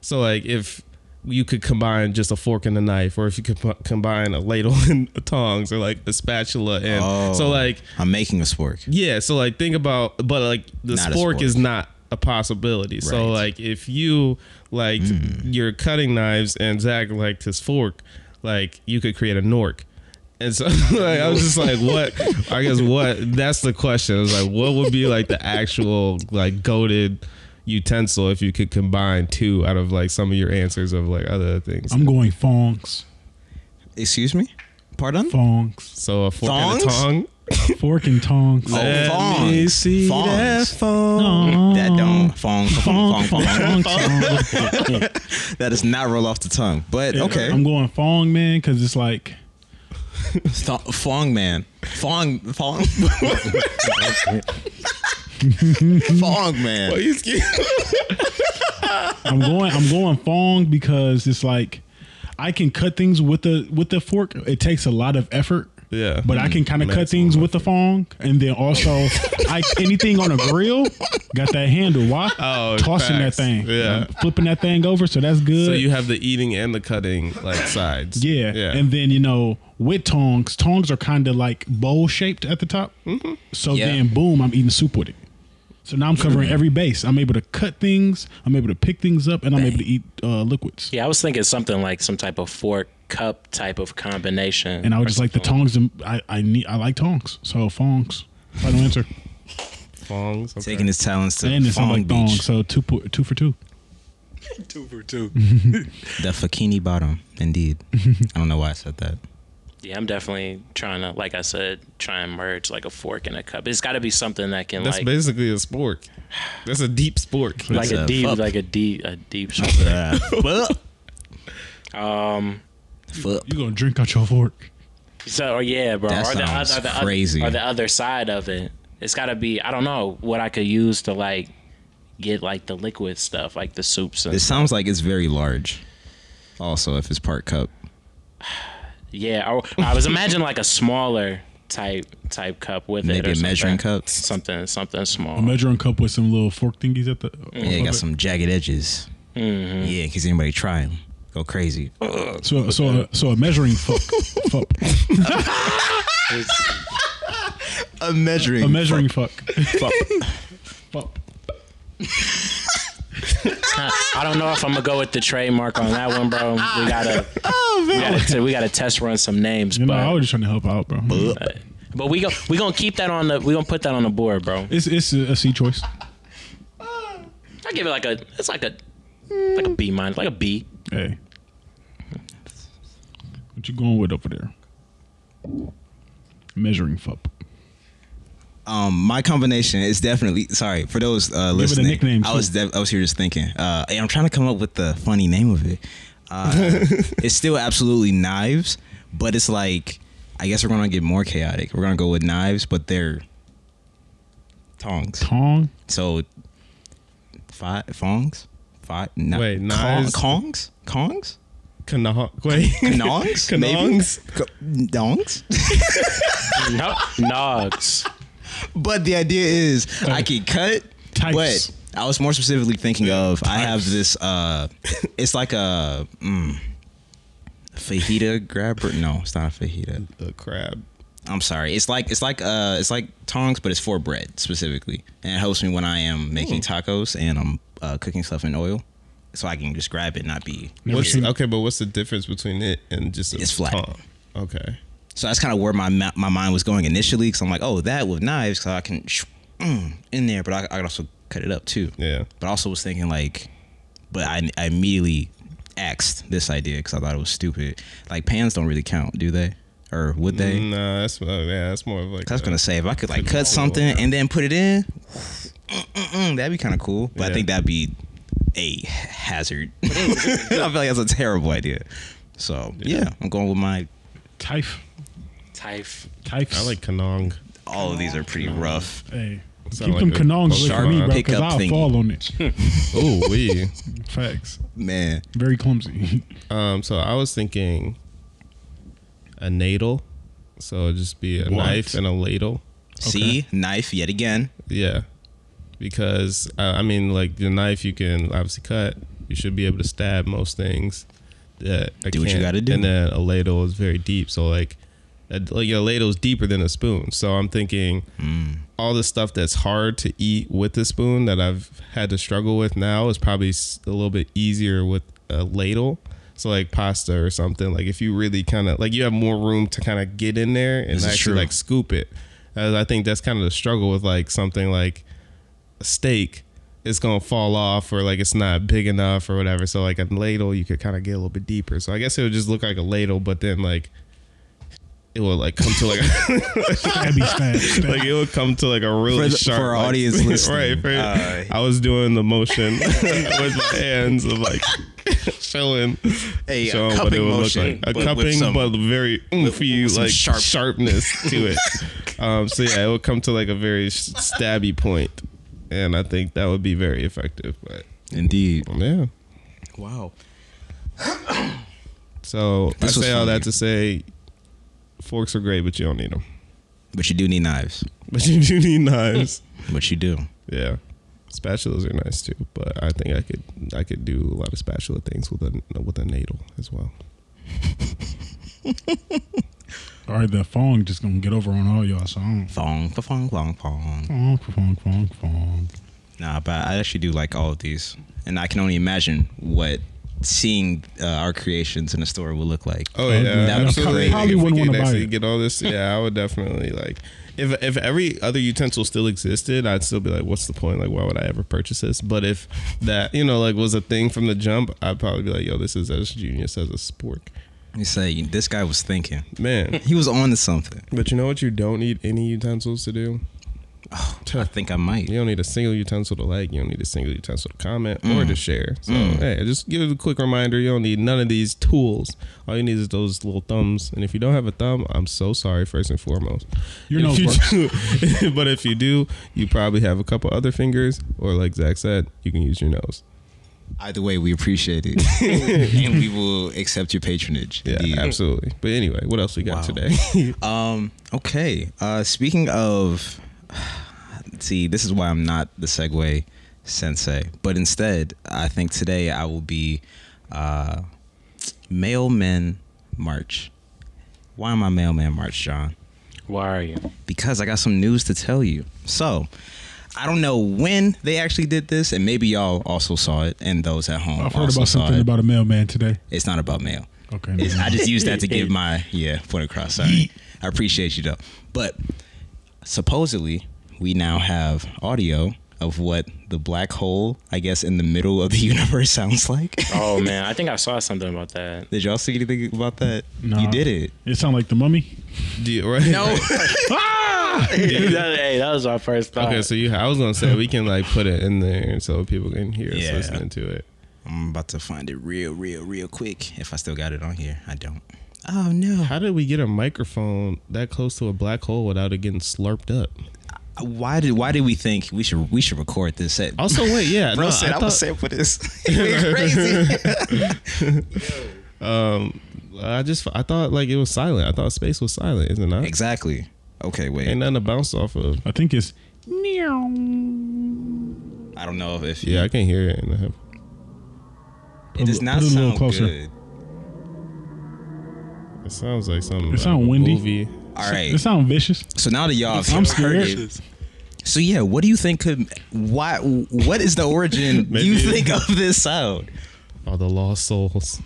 [SPEAKER 5] so like if you could combine just a fork and a knife or if you could p- combine a ladle *laughs* and tongs or like a spatula and
[SPEAKER 1] Oh.
[SPEAKER 5] so like
[SPEAKER 1] I'm making a spork.
[SPEAKER 5] yeah, so like think about but like the
[SPEAKER 1] Not a
[SPEAKER 5] spork
[SPEAKER 1] spork.
[SPEAKER 5] is not a possibility. So
[SPEAKER 1] Right. Hmm.
[SPEAKER 5] like if you like your cutting knives and Zach liked his fork, like you could create a nork. And so *laughs* like I was just like what I guess what that's the question. I was like what would be like the actual like goaded utensil if you could combine two out of like some of your answers of like other things.
[SPEAKER 2] I'm going fongs,
[SPEAKER 1] Excuse me? Pardon?
[SPEAKER 2] fongs,
[SPEAKER 5] so a fork and a
[SPEAKER 1] Thongs?
[SPEAKER 5] tong.
[SPEAKER 2] fork and tongs.
[SPEAKER 1] Oh,
[SPEAKER 5] Let
[SPEAKER 1] thongs.
[SPEAKER 5] me see
[SPEAKER 1] Thongs.
[SPEAKER 5] that
[SPEAKER 2] No.
[SPEAKER 5] thong.
[SPEAKER 1] That don't fong fong
[SPEAKER 2] Fong,
[SPEAKER 1] fong. fong.
[SPEAKER 2] fong, fong, fong.
[SPEAKER 5] *laughs*
[SPEAKER 1] That does not roll off the tongue. But okay,
[SPEAKER 2] I'm going fong, man, because it's like
[SPEAKER 1] Thong- fong man, fong fong *laughs* fong man.
[SPEAKER 5] Are you scared?
[SPEAKER 2] I'm going I'm going fong because it's like I can cut things with the with the fork. It takes a lot of effort.
[SPEAKER 5] Yeah. Mm-hmm.
[SPEAKER 2] But I can kind of
[SPEAKER 5] Maximum
[SPEAKER 2] cut things with the fong, and then also, *laughs* I anything on a grill, got that handle. Why?
[SPEAKER 5] *laughs* Oh,
[SPEAKER 2] Tossing
[SPEAKER 5] facts.
[SPEAKER 2] that thing,
[SPEAKER 5] Yeah.
[SPEAKER 2] flipping that thing over, so that's good.
[SPEAKER 5] So you have the eating and the cutting like sides.
[SPEAKER 2] Yeah.
[SPEAKER 5] Yeah.
[SPEAKER 2] And then, you know, with tongs, tongs are kind of like bowl shaped at the top.
[SPEAKER 5] Mm-hmm.
[SPEAKER 2] So
[SPEAKER 1] Yeah.
[SPEAKER 2] then, boom, I'm eating soup with it. So now I'm covering
[SPEAKER 5] Mm-hmm.
[SPEAKER 2] every base. I'm able to cut things, I'm able to pick things up, and I'm able to eat uh, liquids.
[SPEAKER 3] Yeah, I was thinking something like some type of fork cup type of combination.
[SPEAKER 2] And I would just like the tongs. And I, I need I like tongs. So fongs. Final answer.
[SPEAKER 5] Fongs, okay.
[SPEAKER 1] Taking his talents to
[SPEAKER 2] And it sounds
[SPEAKER 1] fong
[SPEAKER 2] like thongs.
[SPEAKER 1] beach,
[SPEAKER 2] So two, po- two for two.
[SPEAKER 3] two for two.
[SPEAKER 1] the Fakini bottom. Indeed, *laughs* I don't know why I said that.
[SPEAKER 3] Yeah, I'm definitely trying to, like I said, try and merge like a fork and a cup. It's got to be something that can
[SPEAKER 5] That's
[SPEAKER 3] like
[SPEAKER 5] basically a spork. That's a deep spork.
[SPEAKER 3] like a,
[SPEAKER 1] a
[SPEAKER 3] deep,
[SPEAKER 1] fup.
[SPEAKER 3] like a deep, a deep.
[SPEAKER 1] Uh, fuck,
[SPEAKER 3] um,
[SPEAKER 1] fuck.
[SPEAKER 2] You're going to drink out your fork.
[SPEAKER 3] So or yeah, bro.
[SPEAKER 1] That
[SPEAKER 3] or the
[SPEAKER 1] sounds
[SPEAKER 3] other, the oth-
[SPEAKER 1] crazy.
[SPEAKER 3] or the other side of it. It's gotta be. I don't know what I could use to like get like the liquid stuff, like the soups and
[SPEAKER 1] It sounds like it's very large. Also, if it's part cup,
[SPEAKER 3] yeah. Or, I was imagining like a smaller type type cup with it.
[SPEAKER 1] maybe
[SPEAKER 3] or
[SPEAKER 1] a measuring
[SPEAKER 3] something.
[SPEAKER 1] cup.
[SPEAKER 3] Something something
[SPEAKER 2] A
[SPEAKER 3] small.
[SPEAKER 2] measuring cup with some little fork thingies at the. uh,
[SPEAKER 1] Yeah, you got some jagged edges.
[SPEAKER 3] Mhm.
[SPEAKER 1] Yeah, in case anybody try them, go crazy.
[SPEAKER 2] So so uh, so a measuring
[SPEAKER 1] *laughs*
[SPEAKER 2] fuck, fuck
[SPEAKER 1] A measuring,
[SPEAKER 2] a measuring fuck
[SPEAKER 1] cup.
[SPEAKER 2] fuck.
[SPEAKER 3] I don't know if I'm gonna go with the trademark on that one, bro.
[SPEAKER 1] *laughs*
[SPEAKER 3] We gotta
[SPEAKER 1] Oh,
[SPEAKER 3] we gotta, t- we gotta test run some names,
[SPEAKER 2] You know, I
[SPEAKER 3] but
[SPEAKER 2] was just trying to help out, bro.
[SPEAKER 3] but we go we gonna keep that on the we gonna put that on the board, bro.
[SPEAKER 2] It's it's a, a C choice.
[SPEAKER 3] I give it like a it's like a like a B minus, like
[SPEAKER 2] *laughs*
[SPEAKER 3] a B.
[SPEAKER 2] Hey, what you going with over there? Measuring fuck.
[SPEAKER 1] Um, my combination is definitely sorry for those uh,
[SPEAKER 2] Give it a
[SPEAKER 1] listening.
[SPEAKER 2] nickname,
[SPEAKER 1] I was de- I was here just thinking. Uh, hey, I'm trying to come up with the funny name of it.
[SPEAKER 2] *laughs*
[SPEAKER 1] Uh, it's still absolutely knives, but it's like I guess we're gonna get more chaotic. We're gonna go with knives, but they're tongs.
[SPEAKER 2] Tong.
[SPEAKER 1] So, five fongs, five. Not,
[SPEAKER 5] Wait,
[SPEAKER 1] Kong-
[SPEAKER 5] knives?
[SPEAKER 1] Kongs, Kongs,
[SPEAKER 5] Canog. Wait. *laughs*
[SPEAKER 1] Knongs, maybe?
[SPEAKER 5] Canongs?
[SPEAKER 1] K- dongs.
[SPEAKER 3] No, Nogs.
[SPEAKER 1] But the idea is I can cut.
[SPEAKER 2] Types.
[SPEAKER 1] But I was more specifically thinking of I have this. uh It's like a mm, fajita grabber. No, it's not a fajita.
[SPEAKER 5] The crab.
[SPEAKER 1] I'm sorry. It's like it's like uh it's like tongs, but it's for bread specifically, and it helps me when I am making
[SPEAKER 2] Hmm.
[SPEAKER 1] tacos and I'm uh, cooking stuff in oil, so I can just grab it, and not be.
[SPEAKER 2] Never
[SPEAKER 5] What's,
[SPEAKER 2] seen it.
[SPEAKER 5] okay, but what's the difference between it and just a
[SPEAKER 1] It's flat.
[SPEAKER 5] tong? Okay.
[SPEAKER 1] So that's kind of where my ma- my mind was going initially, because I'm like, oh, that with knives, so I can sh- mm, in there, but I, I can also cut it up too.
[SPEAKER 5] Yeah.
[SPEAKER 1] but I also was thinking like, but I, I immediately axed this idea because I thought it was stupid. Like pans don't really count, do they? Or would they?
[SPEAKER 5] Nah, that's uh, yeah, that's more of like.
[SPEAKER 1] I was
[SPEAKER 5] a-
[SPEAKER 1] gonna say if I could like
[SPEAKER 5] Could
[SPEAKER 1] cut
[SPEAKER 5] follow
[SPEAKER 1] something
[SPEAKER 5] around.
[SPEAKER 1] and then put it in, mm-mm-mm, that'd be kind of cool. But I
[SPEAKER 5] Yeah.
[SPEAKER 1] think that'd be a hazard. I *laughs* feel like that's a terrible idea. So yeah, I'm going with my.
[SPEAKER 2] Typh.
[SPEAKER 3] Typh.
[SPEAKER 2] Typhs.
[SPEAKER 5] I like canong.
[SPEAKER 1] All of these are pretty rough.
[SPEAKER 2] Hey. Keep
[SPEAKER 5] Sound
[SPEAKER 2] them
[SPEAKER 5] like a
[SPEAKER 2] canongs away
[SPEAKER 5] sharp
[SPEAKER 2] from me, bro, because
[SPEAKER 1] pickup
[SPEAKER 2] I'll
[SPEAKER 1] thingy.
[SPEAKER 2] fall on it.
[SPEAKER 5] Oh we.
[SPEAKER 2] Facts.
[SPEAKER 1] Man,
[SPEAKER 2] Very clumsy. *laughs*
[SPEAKER 5] Um, so I was thinking a natal. So it'd just be a
[SPEAKER 2] What?
[SPEAKER 5] knife and a ladle.
[SPEAKER 1] see knife yet again.
[SPEAKER 5] Yeah. Because I, I mean like the knife you can obviously cut. You should be able to stab most things. That I
[SPEAKER 1] Do what you
[SPEAKER 5] can't.
[SPEAKER 1] gotta do.
[SPEAKER 5] And then a ladle is very deep. So like a, like a ladle is deeper than a spoon. So I'm thinking all the stuff that's hard to eat with a spoon that I've had to struggle with now is probably s- a little bit easier with a ladle. So like pasta or something. Like if you really kind of like you have more room to kind of get in there and
[SPEAKER 1] This is
[SPEAKER 5] actually
[SPEAKER 1] true.
[SPEAKER 5] like scoop it. Uh, I think that's kind of the struggle with like something like a steak. It's gonna fall off or like it's not big enough or whatever. So like a ladle, you could kind of get a little bit deeper. So I guess it would just look like a ladle, but then like it will like come
[SPEAKER 1] *laughs*
[SPEAKER 5] to like. *laughs*
[SPEAKER 2] Stabby stab. stab.
[SPEAKER 5] like it would come to like a really
[SPEAKER 1] For the-
[SPEAKER 5] sharp
[SPEAKER 1] for our
[SPEAKER 5] like- *laughs*
[SPEAKER 1] audience listening,
[SPEAKER 5] right, right.
[SPEAKER 1] uh,
[SPEAKER 5] I was doing the motion
[SPEAKER 1] *laughs*
[SPEAKER 5] with my hands of like *laughs* showing,
[SPEAKER 1] A, a
[SPEAKER 5] showing
[SPEAKER 1] cupping
[SPEAKER 5] look
[SPEAKER 1] motion,
[SPEAKER 5] like. a
[SPEAKER 1] but with
[SPEAKER 5] cupping,
[SPEAKER 1] some-
[SPEAKER 5] but very oomphy
[SPEAKER 1] with some
[SPEAKER 5] like
[SPEAKER 1] sharp-
[SPEAKER 5] sharpness
[SPEAKER 1] *laughs*
[SPEAKER 5] to it. Um, so yeah, it would come to like a very s- stabby point, and I think that would be very effective. But
[SPEAKER 1] Indeed.
[SPEAKER 5] yeah.
[SPEAKER 1] Wow.
[SPEAKER 5] So
[SPEAKER 1] This
[SPEAKER 5] I
[SPEAKER 1] was
[SPEAKER 5] say all
[SPEAKER 1] funny.
[SPEAKER 5] that to say, forks are great, but you don't need them.
[SPEAKER 1] But you do need knives.
[SPEAKER 5] *laughs* But you do need knives.
[SPEAKER 1] But you do.
[SPEAKER 5] Yeah. Spatulas are nice too, but I think I could I could do a lot of spatula things with a with a natal as well.
[SPEAKER 2] All right, the phone just gonna get over on all y'all. So I don't.
[SPEAKER 1] Fong, fa- fong, fong, fong.
[SPEAKER 2] Fong, fong, fong, fong.
[SPEAKER 1] Nah, but I actually do like all of these, and I can only imagine what seeing uh, our creations in a store will look like.
[SPEAKER 5] Oh
[SPEAKER 2] yeah,
[SPEAKER 5] yeah,
[SPEAKER 2] That'd be
[SPEAKER 5] absolutely.
[SPEAKER 2] crazy. Probably
[SPEAKER 5] if we
[SPEAKER 2] wouldn't
[SPEAKER 5] could
[SPEAKER 2] wanna buy
[SPEAKER 5] actually
[SPEAKER 2] it.
[SPEAKER 5] get all this, yeah, I would definitely like. If if every other utensil still existed, I'd still be like, what's the point? Like, why would I ever purchase this? But if that you know like was a thing from the jump, I'd probably be like, yo, this is as genius as a spork,
[SPEAKER 1] You say this guy was thinking.
[SPEAKER 5] man. *laughs*
[SPEAKER 1] He was on to something.
[SPEAKER 5] but you know what? You don't need any utensils to do.
[SPEAKER 1] I think I might.
[SPEAKER 5] You don't need a single utensil to like. You don't need a single utensil to comment or
[SPEAKER 1] Mm.
[SPEAKER 5] to share. So hey, just give a quick reminder. You don't need none of these tools. All you need is those little thumbs. And if you don't have a thumb, I'm so sorry. First and foremost,
[SPEAKER 2] Your
[SPEAKER 5] If
[SPEAKER 2] nose
[SPEAKER 5] you
[SPEAKER 2] works.
[SPEAKER 5] do- *laughs* but if you do, you probably have a couple other fingers, or like Zach said, you can use your nose.
[SPEAKER 1] Either way, we appreciate
[SPEAKER 5] *laughs*
[SPEAKER 1] it, and we will accept your patronage.
[SPEAKER 5] Yeah,
[SPEAKER 1] Indeed.
[SPEAKER 5] absolutely. But anyway, what else we got
[SPEAKER 1] Wow.
[SPEAKER 5] today? *laughs*
[SPEAKER 1] Um. Okay. Uh. Speaking of, *sighs* see, this is why I'm not the Segway sensei, but instead, I think today I will be, uh, mailman march. Why am I mailman march, John?
[SPEAKER 3] Why are you?
[SPEAKER 1] because I got some news to tell you. So, I don't know when they actually did this, and maybe y'all also saw it, and those at home.
[SPEAKER 2] I've heard
[SPEAKER 1] also
[SPEAKER 2] about
[SPEAKER 1] saw
[SPEAKER 2] something
[SPEAKER 1] it.
[SPEAKER 2] about a mailman today.
[SPEAKER 1] It's not about mail.
[SPEAKER 2] Okay.
[SPEAKER 1] It's- I just used that to
[SPEAKER 5] *laughs*
[SPEAKER 1] give my yeah point across. Sorry, I appreciate you though. But supposedly we now have audio of what the black hole, I guess, in the middle of the *laughs* universe sounds
[SPEAKER 5] *laughs*
[SPEAKER 1] like.
[SPEAKER 3] Oh man, I think I saw something about that.
[SPEAKER 1] Did y'all see anything about that?
[SPEAKER 2] Nah.
[SPEAKER 1] You did it.
[SPEAKER 2] It sound like the mummy.
[SPEAKER 5] do you, right?
[SPEAKER 1] No.
[SPEAKER 3] That- *laughs* hey, that was my first thought.
[SPEAKER 5] Okay, so you, I was gonna say we can like put it in there so people can hear us
[SPEAKER 1] Yeah.
[SPEAKER 5] listening to it.
[SPEAKER 1] *laughs* I'm about to find it real, real, real quick. If I still got it on here, I don't. Oh no.
[SPEAKER 5] How did we get a microphone that close to a black hole without it getting slurped up?
[SPEAKER 1] Why did Why did we think we should we should record this? Set?
[SPEAKER 5] Also, wait, yeah,
[SPEAKER 1] bro
[SPEAKER 5] no,
[SPEAKER 1] said
[SPEAKER 5] I
[SPEAKER 1] I,
[SPEAKER 5] thought-
[SPEAKER 1] was set for
[SPEAKER 5] *laughs*
[SPEAKER 1] this. *laughs* crazy.
[SPEAKER 5] I just I thought like it was silent. I thought space was silent, isn't it? Not?
[SPEAKER 1] exactly. Okay, wait.
[SPEAKER 5] Ain't nothing to bounce off of.
[SPEAKER 2] I think it's
[SPEAKER 1] I don't know if, if
[SPEAKER 5] Yeah, I can hear it. in the head-
[SPEAKER 1] it does not
[SPEAKER 2] Put it a little
[SPEAKER 1] sound
[SPEAKER 2] closer.
[SPEAKER 1] good.
[SPEAKER 5] It sounds like something.
[SPEAKER 2] It
[SPEAKER 5] out
[SPEAKER 2] sound
[SPEAKER 5] of a
[SPEAKER 2] windy.
[SPEAKER 5] Movie.
[SPEAKER 1] All
[SPEAKER 2] It
[SPEAKER 1] right.
[SPEAKER 2] sound vicious.
[SPEAKER 1] So now that y'all,
[SPEAKER 2] I'm scared.
[SPEAKER 1] So yeah, what do you think could why? What is the
[SPEAKER 2] *laughs*
[SPEAKER 1] origin
[SPEAKER 5] Maybe
[SPEAKER 1] you
[SPEAKER 5] it-
[SPEAKER 1] think of this sound?
[SPEAKER 5] Oh, the lost souls.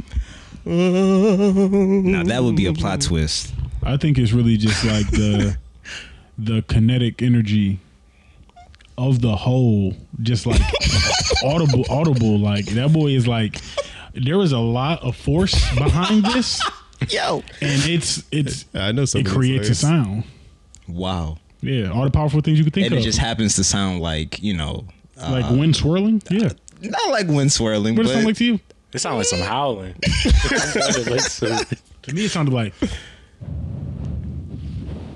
[SPEAKER 1] Now that would be a plot twist.
[SPEAKER 2] I think it's really just like the the kinetic energy of the whole, just like audible, audible. Like that boy is like there was a lot of force behind this,
[SPEAKER 1] Yo.
[SPEAKER 2] and it's it's
[SPEAKER 5] I know
[SPEAKER 2] it
[SPEAKER 5] something.
[SPEAKER 2] creates a sound.
[SPEAKER 1] Wow.
[SPEAKER 2] Yeah, all the powerful things you could think
[SPEAKER 1] And
[SPEAKER 2] of,
[SPEAKER 1] it just happens to sound like you know, uh,
[SPEAKER 2] like wind swirling. Yeah,
[SPEAKER 1] not like wind swirling,
[SPEAKER 2] what
[SPEAKER 1] but
[SPEAKER 2] it sound like to you?
[SPEAKER 3] It sounded like some *laughs* howling.
[SPEAKER 2] To me, it sounded like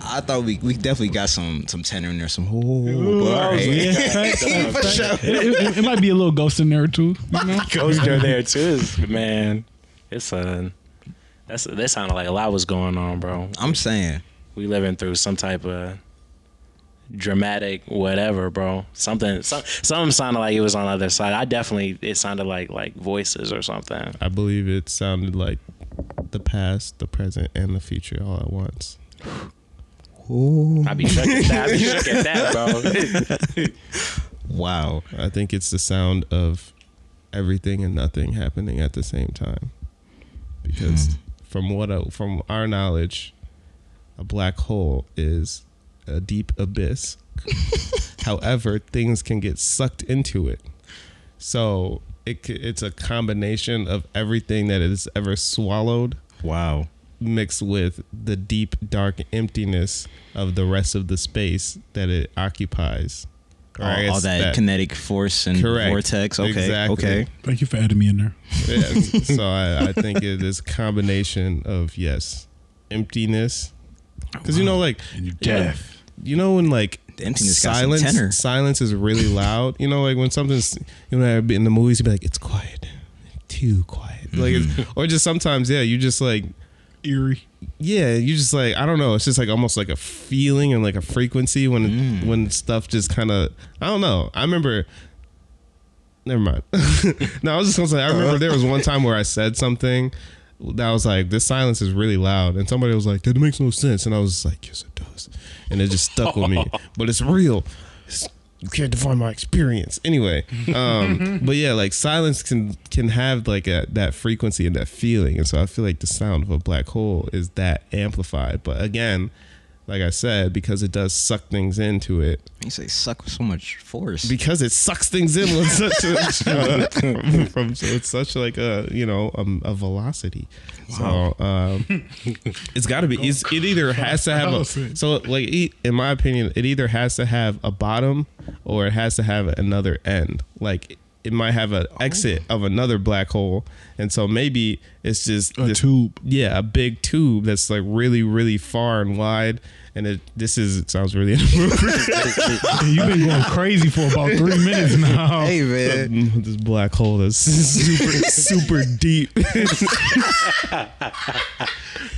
[SPEAKER 1] I thought we we definitely got some some tenor in there, some oh, but all right. *laughs*
[SPEAKER 2] yeah, facts.
[SPEAKER 1] for sure.
[SPEAKER 2] It, it- it might be a little ghost in there too. You know?
[SPEAKER 3] Ghost are there too. Is, man, it's a. That's that sounded like a lot was going on, bro.
[SPEAKER 1] I'm saying
[SPEAKER 3] We living through some type of dramatic whatever, bro. Something some some sounded like it was on the other side. I definitely it sounded like like voices or something.
[SPEAKER 5] I believe it sounded like the past, the present, and the future all at once.
[SPEAKER 3] I be shook at that. I be shook at *laughs* that, bro.
[SPEAKER 1] wow.
[SPEAKER 5] I think it's the sound of everything and nothing happening at the same time.
[SPEAKER 1] Hmm.
[SPEAKER 5] Because from what I, from our knowledge, a black hole is a deep abyss.
[SPEAKER 1] *laughs*
[SPEAKER 5] However, things can get sucked into it. So it c- it's a combination of everything that it has ever swallowed
[SPEAKER 1] Wow.
[SPEAKER 5] mixed with the deep dark emptiness of the rest of the space that it occupies. Or I
[SPEAKER 1] All, all
[SPEAKER 5] guess
[SPEAKER 1] that, kinetic force and
[SPEAKER 5] Correct.
[SPEAKER 1] vortex. Okay.
[SPEAKER 5] Exactly.
[SPEAKER 1] Okay.
[SPEAKER 2] Thank you for adding me in there.
[SPEAKER 5] Yeah, so I, I think it is a combination of yes, emptiness, because you know like
[SPEAKER 2] And you're
[SPEAKER 5] Yeah.
[SPEAKER 2] deaf.
[SPEAKER 5] you know when like
[SPEAKER 1] The emptiness got some tenor.
[SPEAKER 5] silence silence is really loud. You know like when something's you know in the movies you'd be like it's quiet, too quiet. Like it's, or just sometimes yeah you just like
[SPEAKER 2] Mm-hmm. Eerie.
[SPEAKER 5] yeah you just like I don't know it's just like almost like a feeling and like a frequency when
[SPEAKER 1] Mm.
[SPEAKER 5] when stuff just kind of I don't know I remember. Never mind. *laughs* no, I was just gonna say. I remember there was one time where I said something that was like, "This silence is really loud," and somebody was like, "That makes no sense," and I was like, "Yes, it does," and it just stuck with me. But it's real. It's- you can't define my experience. Anyway, um, but yeah, like silence can can have like a, that frequency and that feeling, and so I feel like the sound of a black hole is that amplified. But again, like I said, because it does suck things into it.
[SPEAKER 1] You say suck with so much force.
[SPEAKER 5] Because it sucks things
[SPEAKER 2] *laughs*
[SPEAKER 5] in with such a, *laughs* from, from it's such like a you know um, a, a velocity. So um,
[SPEAKER 2] *laughs*
[SPEAKER 5] it's got to be. It's, it either has to have a so like e- in my opinion, it either has to have a bottom or it has to have another end. Like it might have an
[SPEAKER 2] Oh.
[SPEAKER 5] exit of another black hole, and so maybe it's just
[SPEAKER 2] A
[SPEAKER 5] this-
[SPEAKER 2] tube.
[SPEAKER 5] yeah, a big tube that's like really, really far and wide. And it, this is it sounds really *laughs* inappropriate.
[SPEAKER 2] You've been going crazy for about three minutes now.
[SPEAKER 1] hey man,
[SPEAKER 5] *laughs* this black hole that's *laughs* super, super deep. *laughs*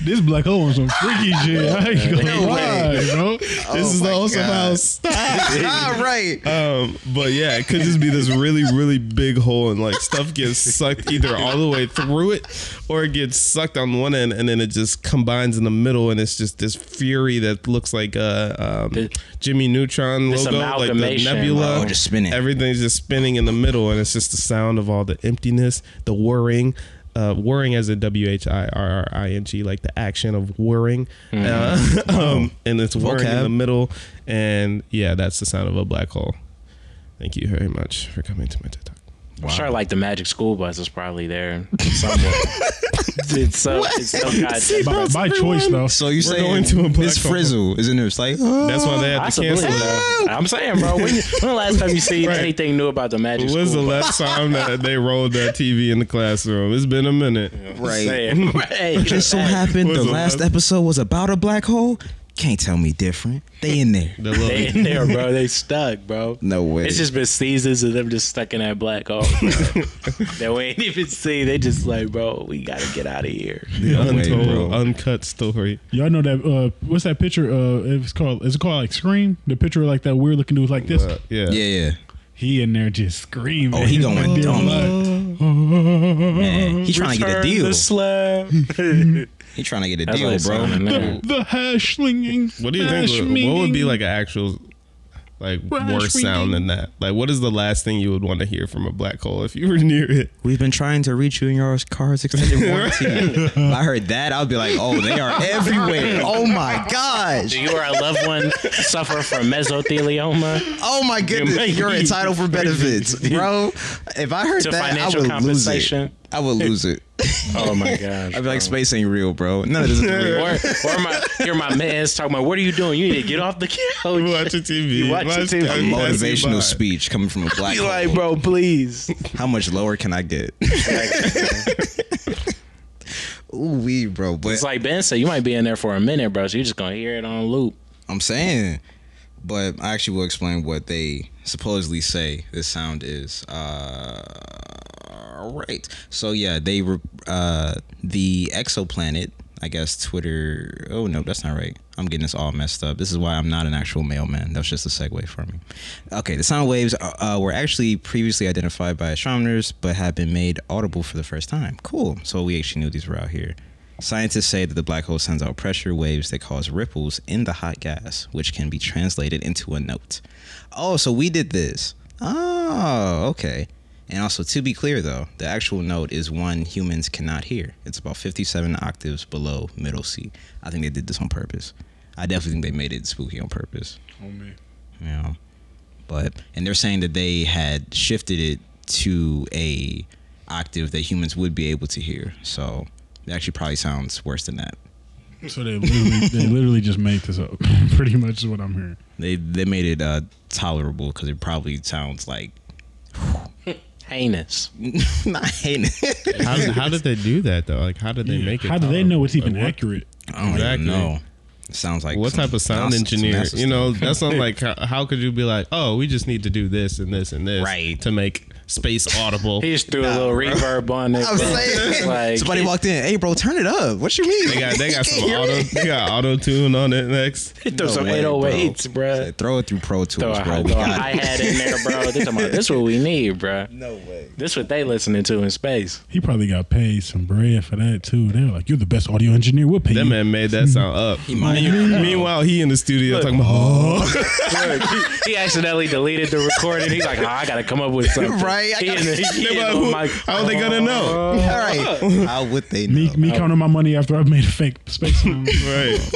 [SPEAKER 2] This black hole on some freaky shit. *laughs* How you gonna
[SPEAKER 1] No
[SPEAKER 2] ride,
[SPEAKER 1] way. Oh
[SPEAKER 2] bro?
[SPEAKER 5] this is
[SPEAKER 1] my
[SPEAKER 5] also
[SPEAKER 1] God.
[SPEAKER 5] how stop.
[SPEAKER 1] all right.
[SPEAKER 5] Um, but yeah, it could just be this really, really big hole, and like stuff gets sucked either all the way through it, or it gets sucked on one end, and then it just combines in the middle, and it's just this fury that looks like uh, um,
[SPEAKER 3] This-
[SPEAKER 5] Jimmy Neutron
[SPEAKER 3] this
[SPEAKER 5] logo, like the
[SPEAKER 3] amalgamation.
[SPEAKER 5] nebula,
[SPEAKER 1] Oh, just spinning.
[SPEAKER 5] Everything's just spinning in the middle, and it's just the sound of all the emptiness, the whirring. Uh, whirring as in W H I R R I N G, like the action of whirring, uh, *laughs* um, and it's whirring in
[SPEAKER 1] Vocab.
[SPEAKER 5] the middle, and yeah, that's the sound of a black hole. Thank you very much for coming to my TED Talk.
[SPEAKER 3] I'm sure like the Magic School Bus is probably there somewhere. it's so it's so goddamn.
[SPEAKER 2] By, by choice though.
[SPEAKER 1] So you say
[SPEAKER 5] going to a black
[SPEAKER 1] this
[SPEAKER 5] hole.
[SPEAKER 1] frizzle is in there? It's like oh,
[SPEAKER 5] That's why they had to
[SPEAKER 3] Possibly.
[SPEAKER 5] cancel that.
[SPEAKER 3] I'm saying, bro. When, you, when the last time you seen
[SPEAKER 5] Right.
[SPEAKER 3] anything new about the Magic
[SPEAKER 5] When was the
[SPEAKER 3] School Bus?
[SPEAKER 5] last time that they rolled that TV in the classroom? It's been a minute.
[SPEAKER 1] right.
[SPEAKER 3] Saying, right.
[SPEAKER 1] Just so happened
[SPEAKER 5] What's
[SPEAKER 1] the
[SPEAKER 5] the
[SPEAKER 1] last
[SPEAKER 5] last-
[SPEAKER 1] episode was about a black hole. Can't tell me different. They in there.
[SPEAKER 5] The little-
[SPEAKER 3] *laughs* They in there, bro. They stuck, bro.
[SPEAKER 1] No way.
[SPEAKER 3] It's just been seasons of them just stuck in that black hole. bro. that we ain't even see. They just like, bro, we gotta get out of here.
[SPEAKER 5] the
[SPEAKER 1] No way,
[SPEAKER 5] untold,
[SPEAKER 1] bro.
[SPEAKER 5] uncut story.
[SPEAKER 2] Y'all know that uh what's that picture uh it's called is it called like Scream? The picture of, like that weird looking dude like this.
[SPEAKER 5] Uh, yeah.
[SPEAKER 1] yeah, yeah.
[SPEAKER 2] He in there just screaming.
[SPEAKER 1] Oh, he going
[SPEAKER 2] Goddamn
[SPEAKER 1] dumb.
[SPEAKER 2] like,
[SPEAKER 1] Man, he trying to get a
[SPEAKER 3] Return
[SPEAKER 1] deal.
[SPEAKER 3] The slab.
[SPEAKER 1] He trying to get a
[SPEAKER 3] That's
[SPEAKER 1] deal,
[SPEAKER 3] like
[SPEAKER 1] bro.
[SPEAKER 3] sounding
[SPEAKER 2] The, *laughs*
[SPEAKER 3] there.
[SPEAKER 2] the hash slinging.
[SPEAKER 5] What do you
[SPEAKER 2] hash
[SPEAKER 5] think? would- What would be
[SPEAKER 2] minging.
[SPEAKER 5] like an actual, like
[SPEAKER 2] Rush
[SPEAKER 5] worse sound than that? Like, what is the last thing you would want to hear from a black hole if you were near it? *laughs*
[SPEAKER 1] We've been trying to reach you in your car's extended warranty. if I heard that, I'd be like, oh, they
[SPEAKER 5] *laughs*
[SPEAKER 1] are everywhere. Oh my gosh.
[SPEAKER 3] Do you or a loved one suffer from mesothelioma?
[SPEAKER 1] Oh my goodness.
[SPEAKER 3] making
[SPEAKER 1] You're
[SPEAKER 3] me
[SPEAKER 1] entitled for benefits,
[SPEAKER 5] *laughs*
[SPEAKER 1] bro. If I heard
[SPEAKER 3] To
[SPEAKER 1] that, I
[SPEAKER 3] financial
[SPEAKER 1] would lose it.
[SPEAKER 3] compensation?
[SPEAKER 1] I would lose it.
[SPEAKER 3] Oh my gosh.
[SPEAKER 1] I'd be like,
[SPEAKER 3] bro.
[SPEAKER 1] space ain't real, bro. None of this is
[SPEAKER 3] *laughs*
[SPEAKER 1] real.
[SPEAKER 3] Or, or my, hear my man's talking about, what are you doing? You need to get off the couch.
[SPEAKER 5] Watch your TV.
[SPEAKER 3] You watch your TV.
[SPEAKER 5] that passing by.
[SPEAKER 1] Motivational speech coming
[SPEAKER 3] *laughs*
[SPEAKER 1] from a black
[SPEAKER 3] Be
[SPEAKER 1] hole.
[SPEAKER 3] like, bro, please.
[SPEAKER 1] How much lower can I
[SPEAKER 3] *laughs*
[SPEAKER 1] get? *laughs* Ooh, we, bro. But
[SPEAKER 3] It's like Ben said, you might be in there for a minute, bro. So you're just gonna hear it on loop.
[SPEAKER 1] I'm saying, but I actually will explain what they supposedly say this sound is. Uh, right. So yeah, they re- uh, the exoplanet. I guess Twitter. Oh no, that's not right. I'm getting this all messed up. This is why I'm not an actual mailman. That was just a segue for me. Okay, the sound waves uh, uh, were actually previously identified by astronomers, but have been made audible for the first time. Cool. So we actually knew these were out here. Scientists say that the black hole sends out pressure waves that cause ripples in the hot gas, which can be translated into a note. Oh, so we did this. Oh, okay. And also, to be clear though, the actual note is one humans cannot hear. It's about 57 octaves below middle C. I think they did this on purpose. I definitely think they made it spooky on purpose. You know, but and they're saying that they had shifted it to a octave that humans would be able to hear. So it actually probably sounds worse than that.
[SPEAKER 2] So they literally they literally just made this up. *laughs* Pretty much is what I'm hearing.
[SPEAKER 1] They they made it uh, tolerable because it probably sounds like *laughs*
[SPEAKER 3] Heinous.
[SPEAKER 1] not *laughs* heinous.
[SPEAKER 5] How, how did they do that though? Like, how did they
[SPEAKER 2] Yeah.
[SPEAKER 5] make it?
[SPEAKER 2] How do they know it's even
[SPEAKER 5] tolerable? Like,
[SPEAKER 2] accurate?
[SPEAKER 1] I don't even
[SPEAKER 5] Exactly.
[SPEAKER 1] know. It sounds like
[SPEAKER 5] What, what
[SPEAKER 1] some
[SPEAKER 5] type of sound
[SPEAKER 1] nonsense-
[SPEAKER 5] engineer?
[SPEAKER 1] nonsense
[SPEAKER 5] You know, that's
[SPEAKER 1] *laughs*
[SPEAKER 5] not like how, how could you be like, oh, we just need to do this and this and this,
[SPEAKER 1] Right.
[SPEAKER 5] To make space audible.
[SPEAKER 3] He just threw a little reverb on it.
[SPEAKER 1] stuff. I'm
[SPEAKER 3] bro.
[SPEAKER 1] saying.
[SPEAKER 3] Like,
[SPEAKER 1] Somebody walked in. Hey, bro, turn it up. What you mean?
[SPEAKER 5] they got
[SPEAKER 1] *laughs*
[SPEAKER 5] they got
[SPEAKER 1] You can't
[SPEAKER 5] some
[SPEAKER 1] hear
[SPEAKER 5] auto
[SPEAKER 1] it.
[SPEAKER 5] they got auto tune on it next.
[SPEAKER 3] he threw
[SPEAKER 1] No
[SPEAKER 3] *laughs* some
[SPEAKER 1] way, bro.
[SPEAKER 3] 808s, bro.
[SPEAKER 1] Throw it through Pro
[SPEAKER 3] Throw
[SPEAKER 1] Tools,
[SPEAKER 3] a
[SPEAKER 1] bro.
[SPEAKER 3] hot
[SPEAKER 1] We
[SPEAKER 3] dog
[SPEAKER 1] got
[SPEAKER 3] I
[SPEAKER 1] it.
[SPEAKER 3] had in there, bro. They talking about, this what we need, bro.
[SPEAKER 1] No way.
[SPEAKER 3] This what they listening to in space.
[SPEAKER 2] He probably got paid some bread for that too. They were like, "You're the best audio engineer. We'll pay
[SPEAKER 5] That
[SPEAKER 2] you."
[SPEAKER 5] man made that sound up.
[SPEAKER 1] might
[SPEAKER 5] Me-
[SPEAKER 1] have.
[SPEAKER 5] Meanwhile, he in the studio talking about, oh,
[SPEAKER 3] Look, he, he accidentally deleted the recording. He's like, oh, I gotta come up with something.
[SPEAKER 1] Right, I
[SPEAKER 3] He
[SPEAKER 1] gotta-
[SPEAKER 3] in the- *laughs*
[SPEAKER 5] *laughs*
[SPEAKER 3] he in
[SPEAKER 5] Nobody-
[SPEAKER 3] the
[SPEAKER 5] who-
[SPEAKER 3] mic- Oh.
[SPEAKER 5] how are they gonna know?
[SPEAKER 1] *laughs* All right. How would they know?
[SPEAKER 5] *laughs*
[SPEAKER 2] Me, me counting my money after I've made a fake space. sound.
[SPEAKER 5] right.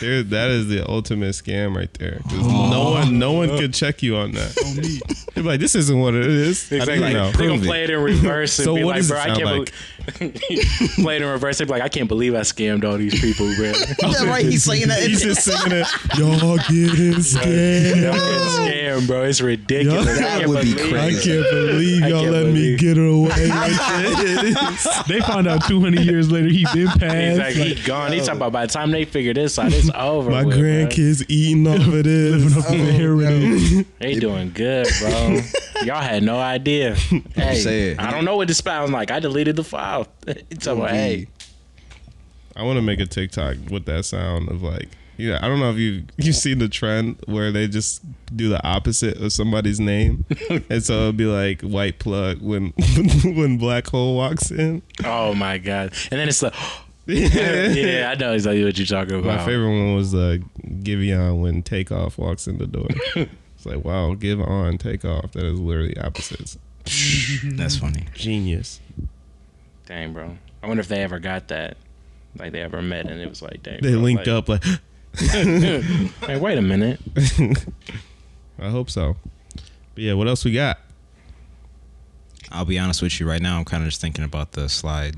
[SPEAKER 5] there, that is the ultimate scam right there. 'Cause no one, no one could check you on that.
[SPEAKER 2] me.
[SPEAKER 5] They're like, this isn't what it is. How do
[SPEAKER 3] Exactly.
[SPEAKER 5] you know?
[SPEAKER 3] They're
[SPEAKER 1] Prove
[SPEAKER 3] gonna
[SPEAKER 1] it.
[SPEAKER 3] play it in reverse and
[SPEAKER 5] So
[SPEAKER 3] be
[SPEAKER 5] what
[SPEAKER 3] like,
[SPEAKER 5] does it
[SPEAKER 3] bro, I
[SPEAKER 5] sound
[SPEAKER 3] can't believe *laughs* play it in reverse. They'd be like, I can't believe I scammed all these people, bro. *laughs*
[SPEAKER 1] Is that right? He's saying that. *laughs*
[SPEAKER 5] He's just singing it. Y'all getting
[SPEAKER 3] Y'all
[SPEAKER 5] scammed.
[SPEAKER 3] getting scammed, bro. It's ridiculous.
[SPEAKER 5] Yo,
[SPEAKER 3] I
[SPEAKER 1] that
[SPEAKER 3] can't
[SPEAKER 1] would be
[SPEAKER 3] believe
[SPEAKER 5] I
[SPEAKER 1] crazy.
[SPEAKER 3] it.
[SPEAKER 5] can't believe
[SPEAKER 3] I
[SPEAKER 5] y'all
[SPEAKER 3] can't
[SPEAKER 5] let me
[SPEAKER 3] believe-
[SPEAKER 5] get away.
[SPEAKER 3] *laughs*
[SPEAKER 5] with this.
[SPEAKER 2] They found out 200 years later he been passed.
[SPEAKER 3] Exactly.
[SPEAKER 2] Like,
[SPEAKER 3] He gone. He talking about by the time they figure this out, it's over.
[SPEAKER 5] My
[SPEAKER 3] with, Bro.
[SPEAKER 5] grandkids eating off of this. Oh,
[SPEAKER 2] living up to the heritage.
[SPEAKER 3] They doing good, bro. Y'all had no idea. Hey,
[SPEAKER 1] said.
[SPEAKER 3] I don't know what this sounds like. I deleted the file. *laughs* It's about, hey,
[SPEAKER 5] I want to make a TikTok with that sound of like, yeah, I don't know if you you seen the trend where they just do the opposite of
[SPEAKER 3] *laughs*
[SPEAKER 5] somebody's name, and so it'll be like white plug when *laughs* when black hole walks in.
[SPEAKER 3] oh my god. And then it's like, *gasps* *laughs*
[SPEAKER 5] My
[SPEAKER 3] yeah, I know exactly what you're talking about.
[SPEAKER 5] favorite one was the Giveon when takeoff walks in
[SPEAKER 3] *laughs*
[SPEAKER 5] the door. It's like wow, give on take off. That is literally opposites.
[SPEAKER 1] That's funny.
[SPEAKER 5] Genius.
[SPEAKER 3] Dang, bro. I wonder if they ever got that. Like they ever met, and it was like, dang.
[SPEAKER 5] They
[SPEAKER 3] bro,
[SPEAKER 5] linked
[SPEAKER 3] like,
[SPEAKER 5] up like. *gasps*
[SPEAKER 3] Hey, wait a
[SPEAKER 5] *laughs*
[SPEAKER 3] minute.
[SPEAKER 5] I hope so. But yeah, what else we got?
[SPEAKER 1] I'll be honest with you right now. I'm kind of just thinking about the slide.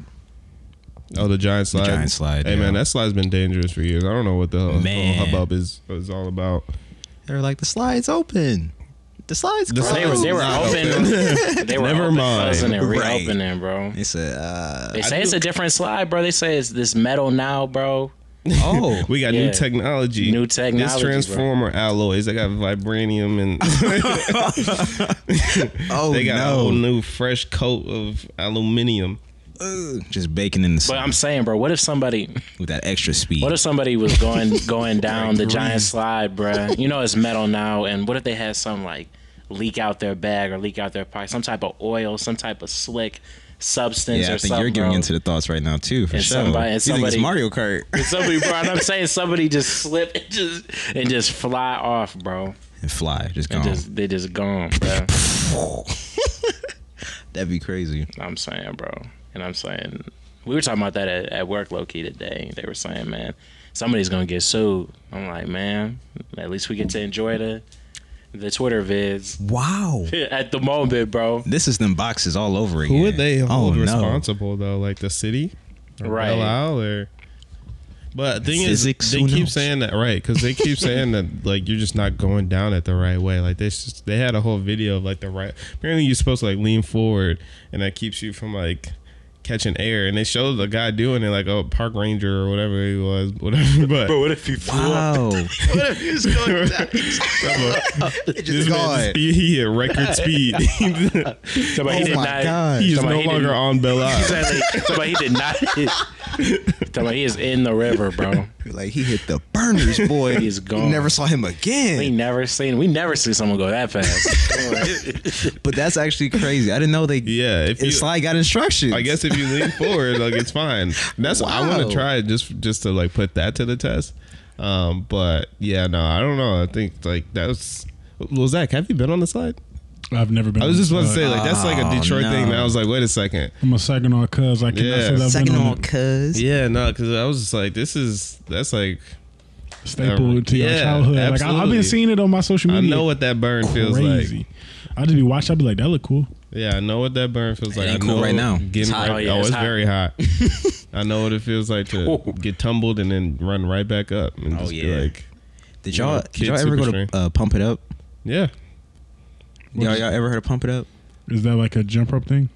[SPEAKER 5] Oh, the giant slide.
[SPEAKER 1] giant slide,
[SPEAKER 5] Hey
[SPEAKER 1] yeah.
[SPEAKER 5] man, that slide's been dangerous for years. I don't know what the whole, whole
[SPEAKER 1] Man.
[SPEAKER 5] hubbub is is all about.
[SPEAKER 1] They're like the slide's open. The slide's
[SPEAKER 5] The
[SPEAKER 1] closed.
[SPEAKER 3] They were they were *laughs*
[SPEAKER 5] Not
[SPEAKER 3] open. they were
[SPEAKER 5] Never
[SPEAKER 3] open,
[SPEAKER 5] mind.
[SPEAKER 3] closing and
[SPEAKER 1] Right.
[SPEAKER 3] reopening, bro.
[SPEAKER 1] They said, uh,
[SPEAKER 3] They say it's a different slide, bro. They say it's this metal now, bro. *laughs*
[SPEAKER 1] *laughs* oh,
[SPEAKER 5] We got new
[SPEAKER 3] Yeah.
[SPEAKER 5] technology.
[SPEAKER 3] New
[SPEAKER 5] This
[SPEAKER 3] technology,
[SPEAKER 5] transformer alloys. They got vibranium and
[SPEAKER 1] *laughs* oh
[SPEAKER 5] they got a whole
[SPEAKER 1] no,
[SPEAKER 5] new fresh coat of aluminium.
[SPEAKER 1] Ugh. just baking in the
[SPEAKER 3] But
[SPEAKER 1] sun
[SPEAKER 3] I'm saying, bro, what if somebody
[SPEAKER 1] with that extra speed.
[SPEAKER 3] what if somebody was
[SPEAKER 5] *laughs*
[SPEAKER 3] going going down the giant slide, bro? You know it's metal now, and what if they had some like leak out their bag or leak out their pocket, some type of oil, some type of slick substance
[SPEAKER 1] yeah,
[SPEAKER 3] or
[SPEAKER 1] I think
[SPEAKER 3] something.
[SPEAKER 1] you're getting
[SPEAKER 3] bro.
[SPEAKER 1] into the thoughts right now too, for
[SPEAKER 3] And
[SPEAKER 1] sure.
[SPEAKER 3] somebody- and
[SPEAKER 1] you think
[SPEAKER 3] somebody-
[SPEAKER 1] it's Mario Kart *laughs*
[SPEAKER 3] Somebody, bro, and I'm saying somebody just slip and just and just fly off, bro.
[SPEAKER 1] and fly, just
[SPEAKER 3] And
[SPEAKER 1] gone.
[SPEAKER 3] just they just gone, bro.
[SPEAKER 1] *laughs* That'd be crazy.
[SPEAKER 3] I'm saying, bro. And I'm saying, we were talking about that at, at work, low key today. They were saying, man, somebody's gonna get sued. I'm like, man, at least we get to enjoy the the Twitter vids *laughs*
[SPEAKER 1] Wow,
[SPEAKER 3] at the moment, bro.
[SPEAKER 1] this is them boxes all over again.
[SPEAKER 5] Who would they hold
[SPEAKER 1] oh, no.
[SPEAKER 5] responsible though? Like the city, or
[SPEAKER 3] Right.
[SPEAKER 5] Belle Isle or. But the thing
[SPEAKER 1] Physics,
[SPEAKER 5] is, they
[SPEAKER 1] who
[SPEAKER 5] keep
[SPEAKER 1] knows?
[SPEAKER 5] saying that right because they
[SPEAKER 1] *laughs*
[SPEAKER 5] keep saying that like you're just not going down it the right way. Like they just they had a whole video of like the right. Apparently, you're supposed to like lean forward, and that keeps you from like catching air. And they showed the guy doing it, like a park ranger or whatever he was, *laughs* whatever. But
[SPEAKER 3] what if you
[SPEAKER 5] *laughs*
[SPEAKER 1] Wow, *laughs*
[SPEAKER 5] this
[SPEAKER 1] just
[SPEAKER 5] man
[SPEAKER 1] gone.
[SPEAKER 5] just, he, he hit record speed. *laughs*
[SPEAKER 3] Somebody
[SPEAKER 1] Oh
[SPEAKER 3] he did
[SPEAKER 1] my
[SPEAKER 3] not.
[SPEAKER 1] God.
[SPEAKER 5] He's
[SPEAKER 3] Somebody he
[SPEAKER 5] no
[SPEAKER 3] didn't- *laughs*
[SPEAKER 5] longer on Belle Isle.
[SPEAKER 3] Exactly. Somebody he did not. Somebody he is in the river, bro.
[SPEAKER 1] like he hit the burners, boy.
[SPEAKER 3] He's
[SPEAKER 1] You
[SPEAKER 3] gone.
[SPEAKER 1] never saw him
[SPEAKER 3] We
[SPEAKER 1] again.
[SPEAKER 3] never seen. We never see someone go that
[SPEAKER 5] *laughs*
[SPEAKER 3] fast. *laughs*
[SPEAKER 1] But that's actually crazy. I didn't know they.
[SPEAKER 5] Yeah, if you,
[SPEAKER 1] It's like got instructions.
[SPEAKER 5] I guess if you lean forward, like it's fine. That's I want
[SPEAKER 1] Wow.
[SPEAKER 5] to try it just just to like put that to the test. Um, but yeah, no, I don't know. I think like that was. Well, Zach, have you been on the slide?
[SPEAKER 2] I've never been.
[SPEAKER 5] I was just about to say
[SPEAKER 2] like,
[SPEAKER 5] like that's like a
[SPEAKER 1] Oh,
[SPEAKER 5] Detroit thing.
[SPEAKER 1] no.
[SPEAKER 5] And I was like, wait a second.
[SPEAKER 2] I'm a Saginaw cuz. I cannot
[SPEAKER 5] Yeah.
[SPEAKER 2] say that I've
[SPEAKER 1] second
[SPEAKER 2] been on
[SPEAKER 1] on,
[SPEAKER 2] it.
[SPEAKER 1] cuz.
[SPEAKER 5] Yeah, no, because I was just like, this is that's like
[SPEAKER 2] staple into your
[SPEAKER 5] Yeah,
[SPEAKER 2] childhood. Like I, I've
[SPEAKER 5] absolutely.
[SPEAKER 2] been seeing it on my social
[SPEAKER 5] I
[SPEAKER 2] media.
[SPEAKER 5] know what that burn feels
[SPEAKER 2] crazy.
[SPEAKER 5] like.
[SPEAKER 2] I just be watching. I be like, that look cool.
[SPEAKER 5] Yeah, I know what that burn feels like.
[SPEAKER 1] ain't
[SPEAKER 5] I
[SPEAKER 1] cool
[SPEAKER 5] know
[SPEAKER 1] right now.
[SPEAKER 5] Getting
[SPEAKER 1] It's
[SPEAKER 5] right,
[SPEAKER 1] hot.
[SPEAKER 5] oh,
[SPEAKER 3] Oh, yeah,
[SPEAKER 5] it's,
[SPEAKER 3] it's hot.
[SPEAKER 1] *laughs*
[SPEAKER 5] very hot. I know what it feels like to
[SPEAKER 3] Ooh.
[SPEAKER 5] get tumbled and then run right back up and just be
[SPEAKER 1] Oh, yeah.
[SPEAKER 5] like,
[SPEAKER 1] Did y'all
[SPEAKER 5] Yeah,
[SPEAKER 1] did y'all
[SPEAKER 5] kid
[SPEAKER 1] ever go
[SPEAKER 5] superstring.
[SPEAKER 1] to uh, Pump It Up?
[SPEAKER 5] yeah.
[SPEAKER 1] Y'all, y'all ever heard of Pump It Up?
[SPEAKER 2] Is that like a jump rope thing?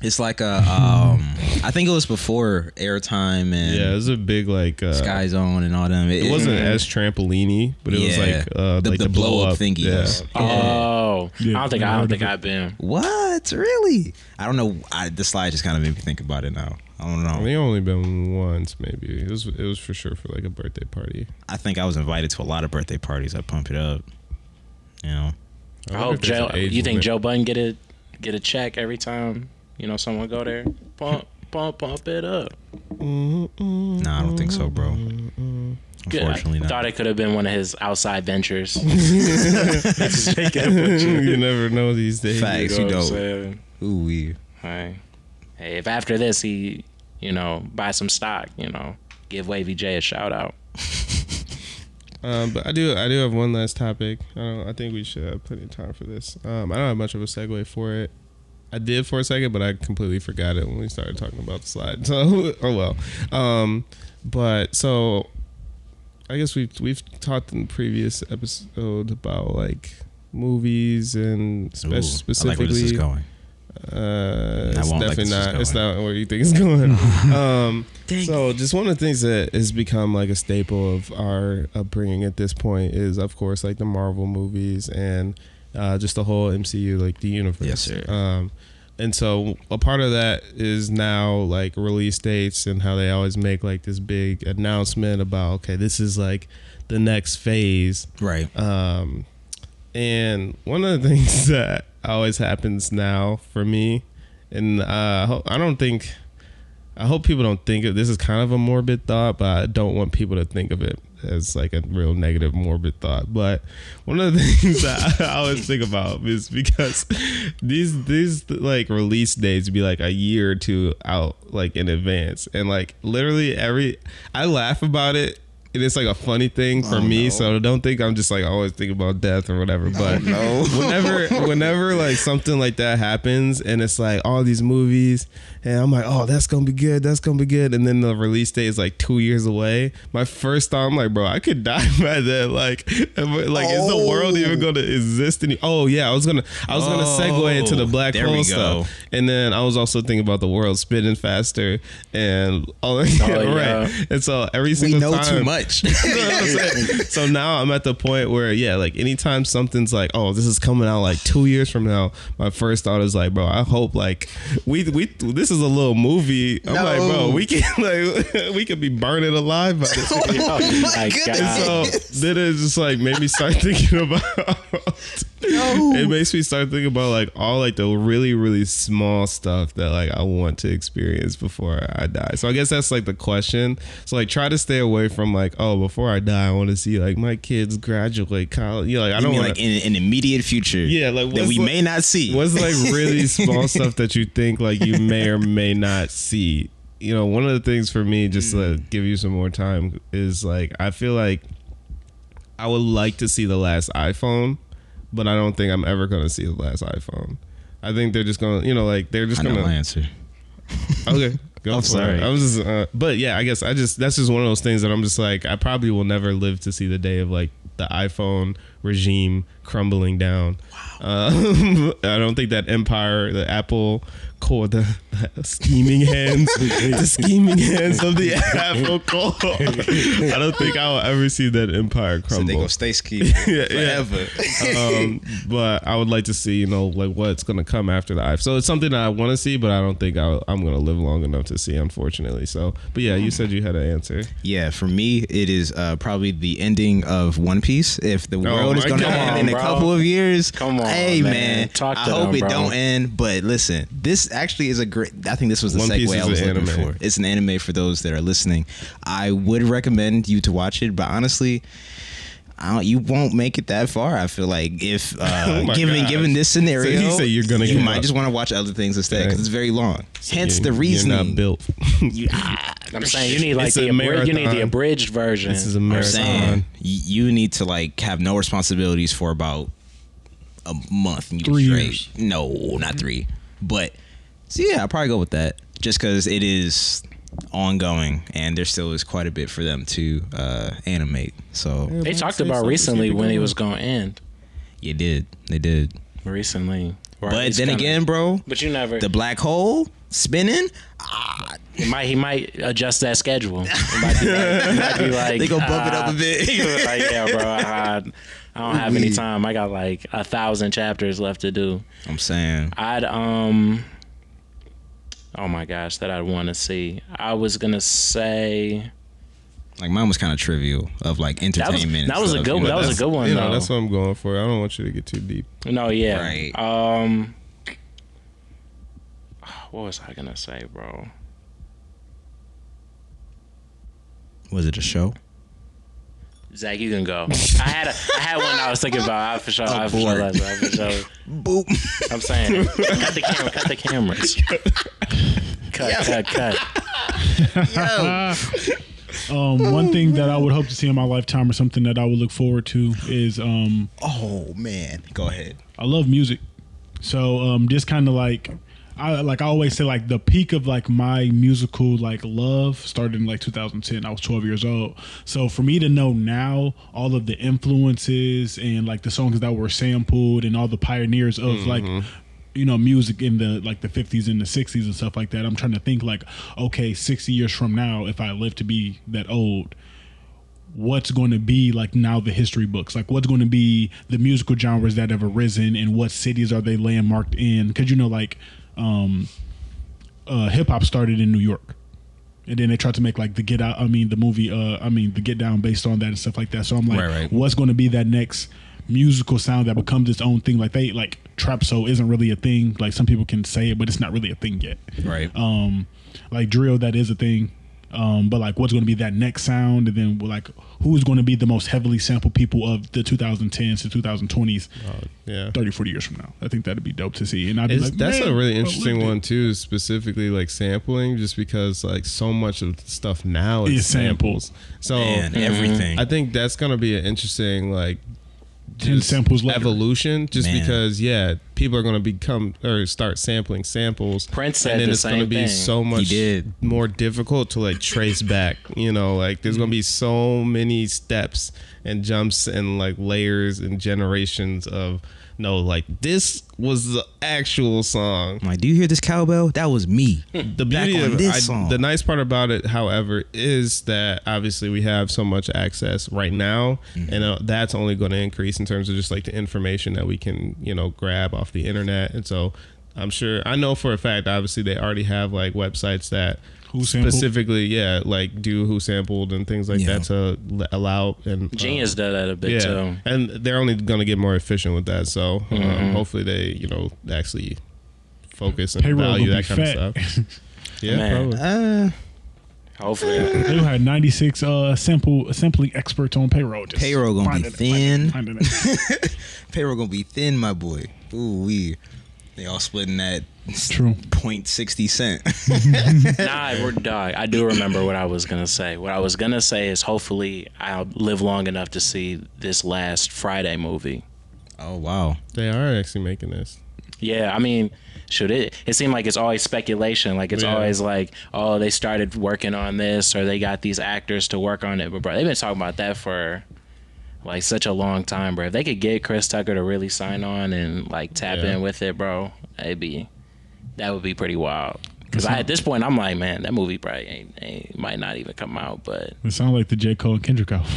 [SPEAKER 1] It's like
[SPEAKER 5] *laughs*
[SPEAKER 1] a um, I think it was before airtime and
[SPEAKER 5] Yeah, it was a big like uh,
[SPEAKER 1] Sky Zone and all them.
[SPEAKER 5] It wasn't as trampoliny, but it was
[SPEAKER 1] Yeah.
[SPEAKER 5] like uh,
[SPEAKER 1] The-
[SPEAKER 5] like
[SPEAKER 1] the
[SPEAKER 5] the blow,
[SPEAKER 1] blow-up
[SPEAKER 5] up
[SPEAKER 1] thingies.
[SPEAKER 5] Yeah.
[SPEAKER 3] Oh,
[SPEAKER 2] Yeah,
[SPEAKER 3] I don't think
[SPEAKER 2] I
[SPEAKER 3] I
[SPEAKER 2] heard
[SPEAKER 3] don't
[SPEAKER 2] of
[SPEAKER 3] think
[SPEAKER 2] it.
[SPEAKER 3] I've been.
[SPEAKER 1] What really? I don't know. I, the slide just kind of made me think about it now. I don't
[SPEAKER 5] I
[SPEAKER 1] know.
[SPEAKER 5] mean, only been once maybe. It was it was for sure for like a birthday party.
[SPEAKER 1] I think I was invited to a lot of birthday parties. I pump it up. You know,
[SPEAKER 3] I
[SPEAKER 5] I wonder
[SPEAKER 3] hope
[SPEAKER 5] if there's
[SPEAKER 3] Oh, Joe.
[SPEAKER 5] an age
[SPEAKER 3] You think
[SPEAKER 5] limit.
[SPEAKER 3] Joe Budden get a get a check every time you know someone go there? Pump, pump, pump it up.
[SPEAKER 1] no, nah, I don't think so, bro.
[SPEAKER 3] Good.
[SPEAKER 1] Unfortunately,
[SPEAKER 3] I
[SPEAKER 1] not.
[SPEAKER 3] thought it could have been one of his outside
[SPEAKER 5] *laughs*
[SPEAKER 3] ventures.
[SPEAKER 5] *laughs*
[SPEAKER 1] *laughs*
[SPEAKER 5] you never know these days.
[SPEAKER 1] Fact. Yes, you
[SPEAKER 3] know what
[SPEAKER 1] don't.
[SPEAKER 3] I'm saying?
[SPEAKER 1] Ooh, we.
[SPEAKER 3] Right. Hey, if after this he, you know, buy some stock, you know, give Wavy J a shout out.
[SPEAKER 5] Um, but I do I do have one last topic. I don't I think we should have plenty of time for this. Um, I don't have much of a segue for it. I did for a second, but I completely forgot it when we started talking about the slide. *laughs* So oh well. Um, but so I guess we've we've talked in the previous episode about like movies and spe-
[SPEAKER 1] Ooh, I like where this is
[SPEAKER 5] specifically
[SPEAKER 1] going.
[SPEAKER 5] uh, it's
[SPEAKER 1] won't let
[SPEAKER 5] definitely
[SPEAKER 1] this
[SPEAKER 5] not.
[SPEAKER 1] go
[SPEAKER 5] It's
[SPEAKER 1] on.
[SPEAKER 5] not where you think it's going.
[SPEAKER 1] *laughs*
[SPEAKER 5] um, so, just one of the things that has become like a staple of our upbringing at this point is, of course, like the Marvel movies and uh, just the whole MCU, like the universe.
[SPEAKER 1] Yes, sir.
[SPEAKER 5] Um, and so, a part of that is now like release dates and how they always make like this big announcement about, okay, this is like the next phase
[SPEAKER 1] Right.
[SPEAKER 5] um, and one of the *laughs* things that always happens now for me, and uh, I ho- I don't think, I hope people don't think of this is kind of a morbid thought, but I don't want people to think of it as like a real negative morbid thought. But one of the *laughs* things that I always think about is because *laughs* these these like release dates be like a year or two out like in advance, and like literally every I laugh about it. And it's like a funny thing
[SPEAKER 1] Oh,
[SPEAKER 5] for me, so don't think I'm just like always thinking about death or whatever. But
[SPEAKER 1] *laughs*
[SPEAKER 5] whenever whenever like something like that happens and it's like all these movies and I'm like, oh, that's gonna be good, that's gonna be good, and then the release date is like two years away. My first thought, I'm like, bro, I could *laughs* die by then. Like, am I- like is the world even gonna exist? Any- oh yeah, I was gonna I was gonna segue into the
[SPEAKER 1] Oh,
[SPEAKER 5] black
[SPEAKER 1] there
[SPEAKER 5] hole
[SPEAKER 1] we go.
[SPEAKER 5] stuff, and then I was also thinking about the world spinning faster and
[SPEAKER 1] Oh,
[SPEAKER 5] all *laughs* that.
[SPEAKER 3] yeah.
[SPEAKER 5] right. And so every
[SPEAKER 1] We
[SPEAKER 5] single
[SPEAKER 1] know
[SPEAKER 5] time,
[SPEAKER 1] too much.
[SPEAKER 5] *laughs* you know
[SPEAKER 1] *laughs*
[SPEAKER 5] what I'm saying? so now I'm at the point where yeah, like anytime something's like, oh, this is coming out like two years from now, my first thought is like, bro, I hope like we we this is a little movie. I'm like, bro,
[SPEAKER 1] No.
[SPEAKER 5] we can *laughs* like we could be burning alive
[SPEAKER 1] *laughs*
[SPEAKER 5] by this.
[SPEAKER 3] Oh my
[SPEAKER 1] Oh goodness.
[SPEAKER 3] God.
[SPEAKER 5] So then it just like made me start *laughs* thinking about. It makes me start thinking about like all like the really really small stuff that like I want to experience before I die. So I guess that's like the question. So like try to stay away from like oh before I die I want to see like my kids graduate college. You know, like I
[SPEAKER 1] I
[SPEAKER 5] don't
[SPEAKER 1] mean,
[SPEAKER 5] want
[SPEAKER 1] like in an immediate future.
[SPEAKER 5] Yeah, like,
[SPEAKER 1] that
[SPEAKER 5] what's
[SPEAKER 1] we
[SPEAKER 5] like-
[SPEAKER 1] may not see.
[SPEAKER 5] What's like
[SPEAKER 1] *laughs*
[SPEAKER 5] really small stuff that you think like you may or may not see? You know, one of the things for me, just to
[SPEAKER 1] Mm.
[SPEAKER 5] give you some more time, is like I feel like I would like to see the last iPhone, but I don't think I'm ever gonna see the last iPhone. I think they're just gonna, you know, like they're just
[SPEAKER 1] I know
[SPEAKER 5] gonna.
[SPEAKER 1] my answer.
[SPEAKER 5] Okay. Go
[SPEAKER 1] I'm
[SPEAKER 5] for
[SPEAKER 1] sorry.
[SPEAKER 5] it. I was just, uh, but yeah, I guess I just that's just one of those things that I'm just like I probably will never live to see the day of like the iPhone regime crumbling down. Uh, *laughs* I don't think that empire, the Apple core, the, the
[SPEAKER 1] *laughs*
[SPEAKER 5] scheming hands, the scheming hands of the *laughs* Apple core.
[SPEAKER 1] *laughs*
[SPEAKER 5] I don't think I will ever see that empire
[SPEAKER 1] So they
[SPEAKER 5] crumble
[SPEAKER 1] gonna stay ski
[SPEAKER 5] *laughs* yeah.
[SPEAKER 1] forever. *laughs*
[SPEAKER 5] um, but I would like to see, you know, like what's gonna come after the iPhone. So it's something that I want to see, but I don't think I, I'm gonna live long enough to see, unfortunately. So, but yeah, you said you had an answer.
[SPEAKER 1] Yeah, for me, it is uh, probably the ending of One Piece. If the world is
[SPEAKER 5] Oh my
[SPEAKER 1] going to
[SPEAKER 5] God.
[SPEAKER 1] end in a
[SPEAKER 3] Come on, bro.
[SPEAKER 1] couple of years,
[SPEAKER 3] Come on,
[SPEAKER 1] hey man,
[SPEAKER 3] man. Talk
[SPEAKER 1] I
[SPEAKER 3] to
[SPEAKER 1] hope
[SPEAKER 3] them,
[SPEAKER 1] it
[SPEAKER 3] bro.
[SPEAKER 1] don't end. But listen, this actually is a great. I think this was the
[SPEAKER 5] One Piece
[SPEAKER 1] segue I
[SPEAKER 5] is
[SPEAKER 1] was
[SPEAKER 5] an
[SPEAKER 1] looking
[SPEAKER 5] anime.
[SPEAKER 1] for. It's an anime for those that are listening. I would recommend you to watch it, but honestly. I don't, you won't make it that far. I feel like
[SPEAKER 5] *laughs*
[SPEAKER 1] if uh,
[SPEAKER 5] Oh my
[SPEAKER 1] given
[SPEAKER 5] gosh.
[SPEAKER 1] given this scenario,
[SPEAKER 5] So he said you're gonna
[SPEAKER 1] you
[SPEAKER 5] give
[SPEAKER 1] might
[SPEAKER 5] up.
[SPEAKER 1] just want to watch other things instead because it's very long. Hence
[SPEAKER 5] You-
[SPEAKER 1] the
[SPEAKER 5] You're
[SPEAKER 1] reasoning.
[SPEAKER 5] not built.
[SPEAKER 1] *laughs* You- ah,
[SPEAKER 3] I'm saying you need like
[SPEAKER 5] It's a
[SPEAKER 3] the abri- you need
[SPEAKER 5] marathon.
[SPEAKER 3] the abridged version.
[SPEAKER 5] This is a
[SPEAKER 1] I'm
[SPEAKER 5] marathon.
[SPEAKER 1] saying y- you need to like have no responsibilities for about a month. and You
[SPEAKER 2] Three
[SPEAKER 1] straight.
[SPEAKER 2] years.
[SPEAKER 1] No, not three. But so yeah, I'll probably go with that. Just because it is ongoing and there still is quite a bit for them to uh, animate. So
[SPEAKER 3] they talked about recently when it was going to end.
[SPEAKER 1] you did. They did.
[SPEAKER 3] Recently, Or at
[SPEAKER 1] But
[SPEAKER 3] least
[SPEAKER 1] then
[SPEAKER 3] kinda-
[SPEAKER 1] again, bro,
[SPEAKER 3] but you never.
[SPEAKER 1] the black hole spinning,
[SPEAKER 3] He might he might adjust that schedule. He might be like, he might be
[SPEAKER 1] *laughs*
[SPEAKER 3] like
[SPEAKER 1] they gonna bump it up a
[SPEAKER 3] "Ah."
[SPEAKER 1] bit.
[SPEAKER 3] like, *laughs* yeah, bro. I, I don't have any time. I got like a thousand chapters left to do.
[SPEAKER 1] *laughs* I'm saying.
[SPEAKER 3] I'd um. Oh my gosh, that I'd want to see. I was gonna say
[SPEAKER 1] Like mine was kind of trivial of like
[SPEAKER 3] that was
[SPEAKER 1] entertainment.
[SPEAKER 3] that was a good one. That was a good one
[SPEAKER 5] You know,
[SPEAKER 3] though.
[SPEAKER 5] that's what I'm going for. I don't want you to get too deep.
[SPEAKER 3] No, yeah.
[SPEAKER 1] Right.
[SPEAKER 3] Um what was I gonna say, bro?
[SPEAKER 1] Was it a show?
[SPEAKER 3] Zach, you can go. I had a, I had one I was thinking about. I for sure. I for sure.
[SPEAKER 1] bored.
[SPEAKER 3] left, I for sure. *laughs*
[SPEAKER 1] Boop.
[SPEAKER 3] I'm saying, cut the camera. Cut the cameras. Cut, cut, cut.
[SPEAKER 2] Um, one thing that I would hope to see in my lifetime or something that I would look forward to is um,
[SPEAKER 1] Oh man, go ahead.
[SPEAKER 2] I love music. So um just kind of like I like I always say like the peak of like my musical like love started in like 2010. I was 12 years old. So for me to know now all of the influences and like the songs that were sampled and all the pioneers of like you know music in the like the 50s and the 60s and stuff like that. I'm trying to think like okay, 60 years from now if I live to be that old, what's going to be like now the history books like what's going to be the musical genres that have arisen and what cities are they landmarked in because you know like um uh hip-hop started in new york and then they tried to make like the get out i mean the movie uh i mean the get down based on that and stuff like that so i'm like
[SPEAKER 1] Right, right.
[SPEAKER 2] what's going to be that next musical sound that becomes its own thing like they like trap soul isn't really a thing like some people can say it but it's not really a thing yet
[SPEAKER 1] Right.
[SPEAKER 2] um like drill that is a thing um but like what's going to be that next sound and then like who's going to be the most heavily sampled people of the 2010s to 2020s
[SPEAKER 5] Oh, yeah.
[SPEAKER 2] 30 40 years from now i think that'd be dope to see and i'd be
[SPEAKER 5] It's,
[SPEAKER 2] like
[SPEAKER 5] that's
[SPEAKER 2] "Man,
[SPEAKER 5] a really
[SPEAKER 2] I
[SPEAKER 5] interesting
[SPEAKER 2] lived it."
[SPEAKER 5] one too, specifically like sampling, just because like so much of the stuff now
[SPEAKER 2] Is
[SPEAKER 5] is
[SPEAKER 2] sampled.
[SPEAKER 5] samples. So
[SPEAKER 1] Man, everything.
[SPEAKER 5] I think that's gonna be an interesting like
[SPEAKER 2] 10
[SPEAKER 5] just
[SPEAKER 2] samples later.
[SPEAKER 5] evolution, just
[SPEAKER 1] Man.
[SPEAKER 5] because yeah, people are gonna become or start sampling samples.
[SPEAKER 3] Prince said
[SPEAKER 5] and then
[SPEAKER 3] the
[SPEAKER 5] it's gonna
[SPEAKER 3] same
[SPEAKER 5] be
[SPEAKER 3] thing.
[SPEAKER 5] so much
[SPEAKER 1] did.
[SPEAKER 5] more difficult to like trace back. You know, like there's gonna be so many steps and jumps and like layers and generations of no, like this was the actual song.
[SPEAKER 1] I'm like, do you hear this cowbell? That was me.
[SPEAKER 5] The
[SPEAKER 1] Back
[SPEAKER 5] beauty
[SPEAKER 1] on
[SPEAKER 5] of
[SPEAKER 1] this
[SPEAKER 5] I-
[SPEAKER 1] song.
[SPEAKER 5] the nice part about it, however, is that obviously we have so much access right now,
[SPEAKER 1] Mm-hmm.
[SPEAKER 5] and uh, that's only going to increase in terms of just like the information that we can you know grab off the internet. And so, I'm sure I know for a fact. Obviously, they already have like websites that
[SPEAKER 2] Who sampled?
[SPEAKER 5] specifically, yeah, like do who sampled and things like
[SPEAKER 1] Yeah.
[SPEAKER 5] that to l- allow and uh,
[SPEAKER 3] Genius does that a bit too.
[SPEAKER 5] and they're only going to get more efficient with that. So
[SPEAKER 3] Mm-hmm.
[SPEAKER 5] um, hopefully they, you know, actually focus and
[SPEAKER 2] Payroll
[SPEAKER 5] value
[SPEAKER 2] gonna
[SPEAKER 5] that
[SPEAKER 2] be
[SPEAKER 5] kind of
[SPEAKER 2] fat. *laughs*
[SPEAKER 5] stuff. Yeah,
[SPEAKER 3] Man.
[SPEAKER 5] probably.
[SPEAKER 1] *laughs* Uh,
[SPEAKER 3] Hopefully,
[SPEAKER 2] they had 96 uh sample sampling experts on payroll just
[SPEAKER 1] Payroll gonna be
[SPEAKER 2] finding it, finding it,
[SPEAKER 1] thin.
[SPEAKER 2] finding it. *laughs*
[SPEAKER 1] payroll gonna be thin, my boy. Ooh wee. They all splitting that *laughs*
[SPEAKER 2] true
[SPEAKER 1] point sixty cent. *laughs*
[SPEAKER 3] nah, we're dog. I do remember what I was gonna say. What I was gonna say is hopefully I'll live long enough to see this last Friday movie.
[SPEAKER 1] oh wow.
[SPEAKER 5] They are actually making this.
[SPEAKER 3] Yeah, I mean, should it? It seemed like it's always speculation. Like it's
[SPEAKER 5] Yeah.
[SPEAKER 3] always like, oh, they started working on this, or they got these actors to work on it. But bro, they've been talking about that for like such a long time, bro. If they could get Chris Tucker to really sign on and like tap
[SPEAKER 5] Yeah.
[SPEAKER 3] in with it, bro, it'd be that would be pretty wild. Because I, at this point, I'm like, man, that movie probably ain't, ain't might not even come out. But
[SPEAKER 2] it sounds like the j cole and kendrick album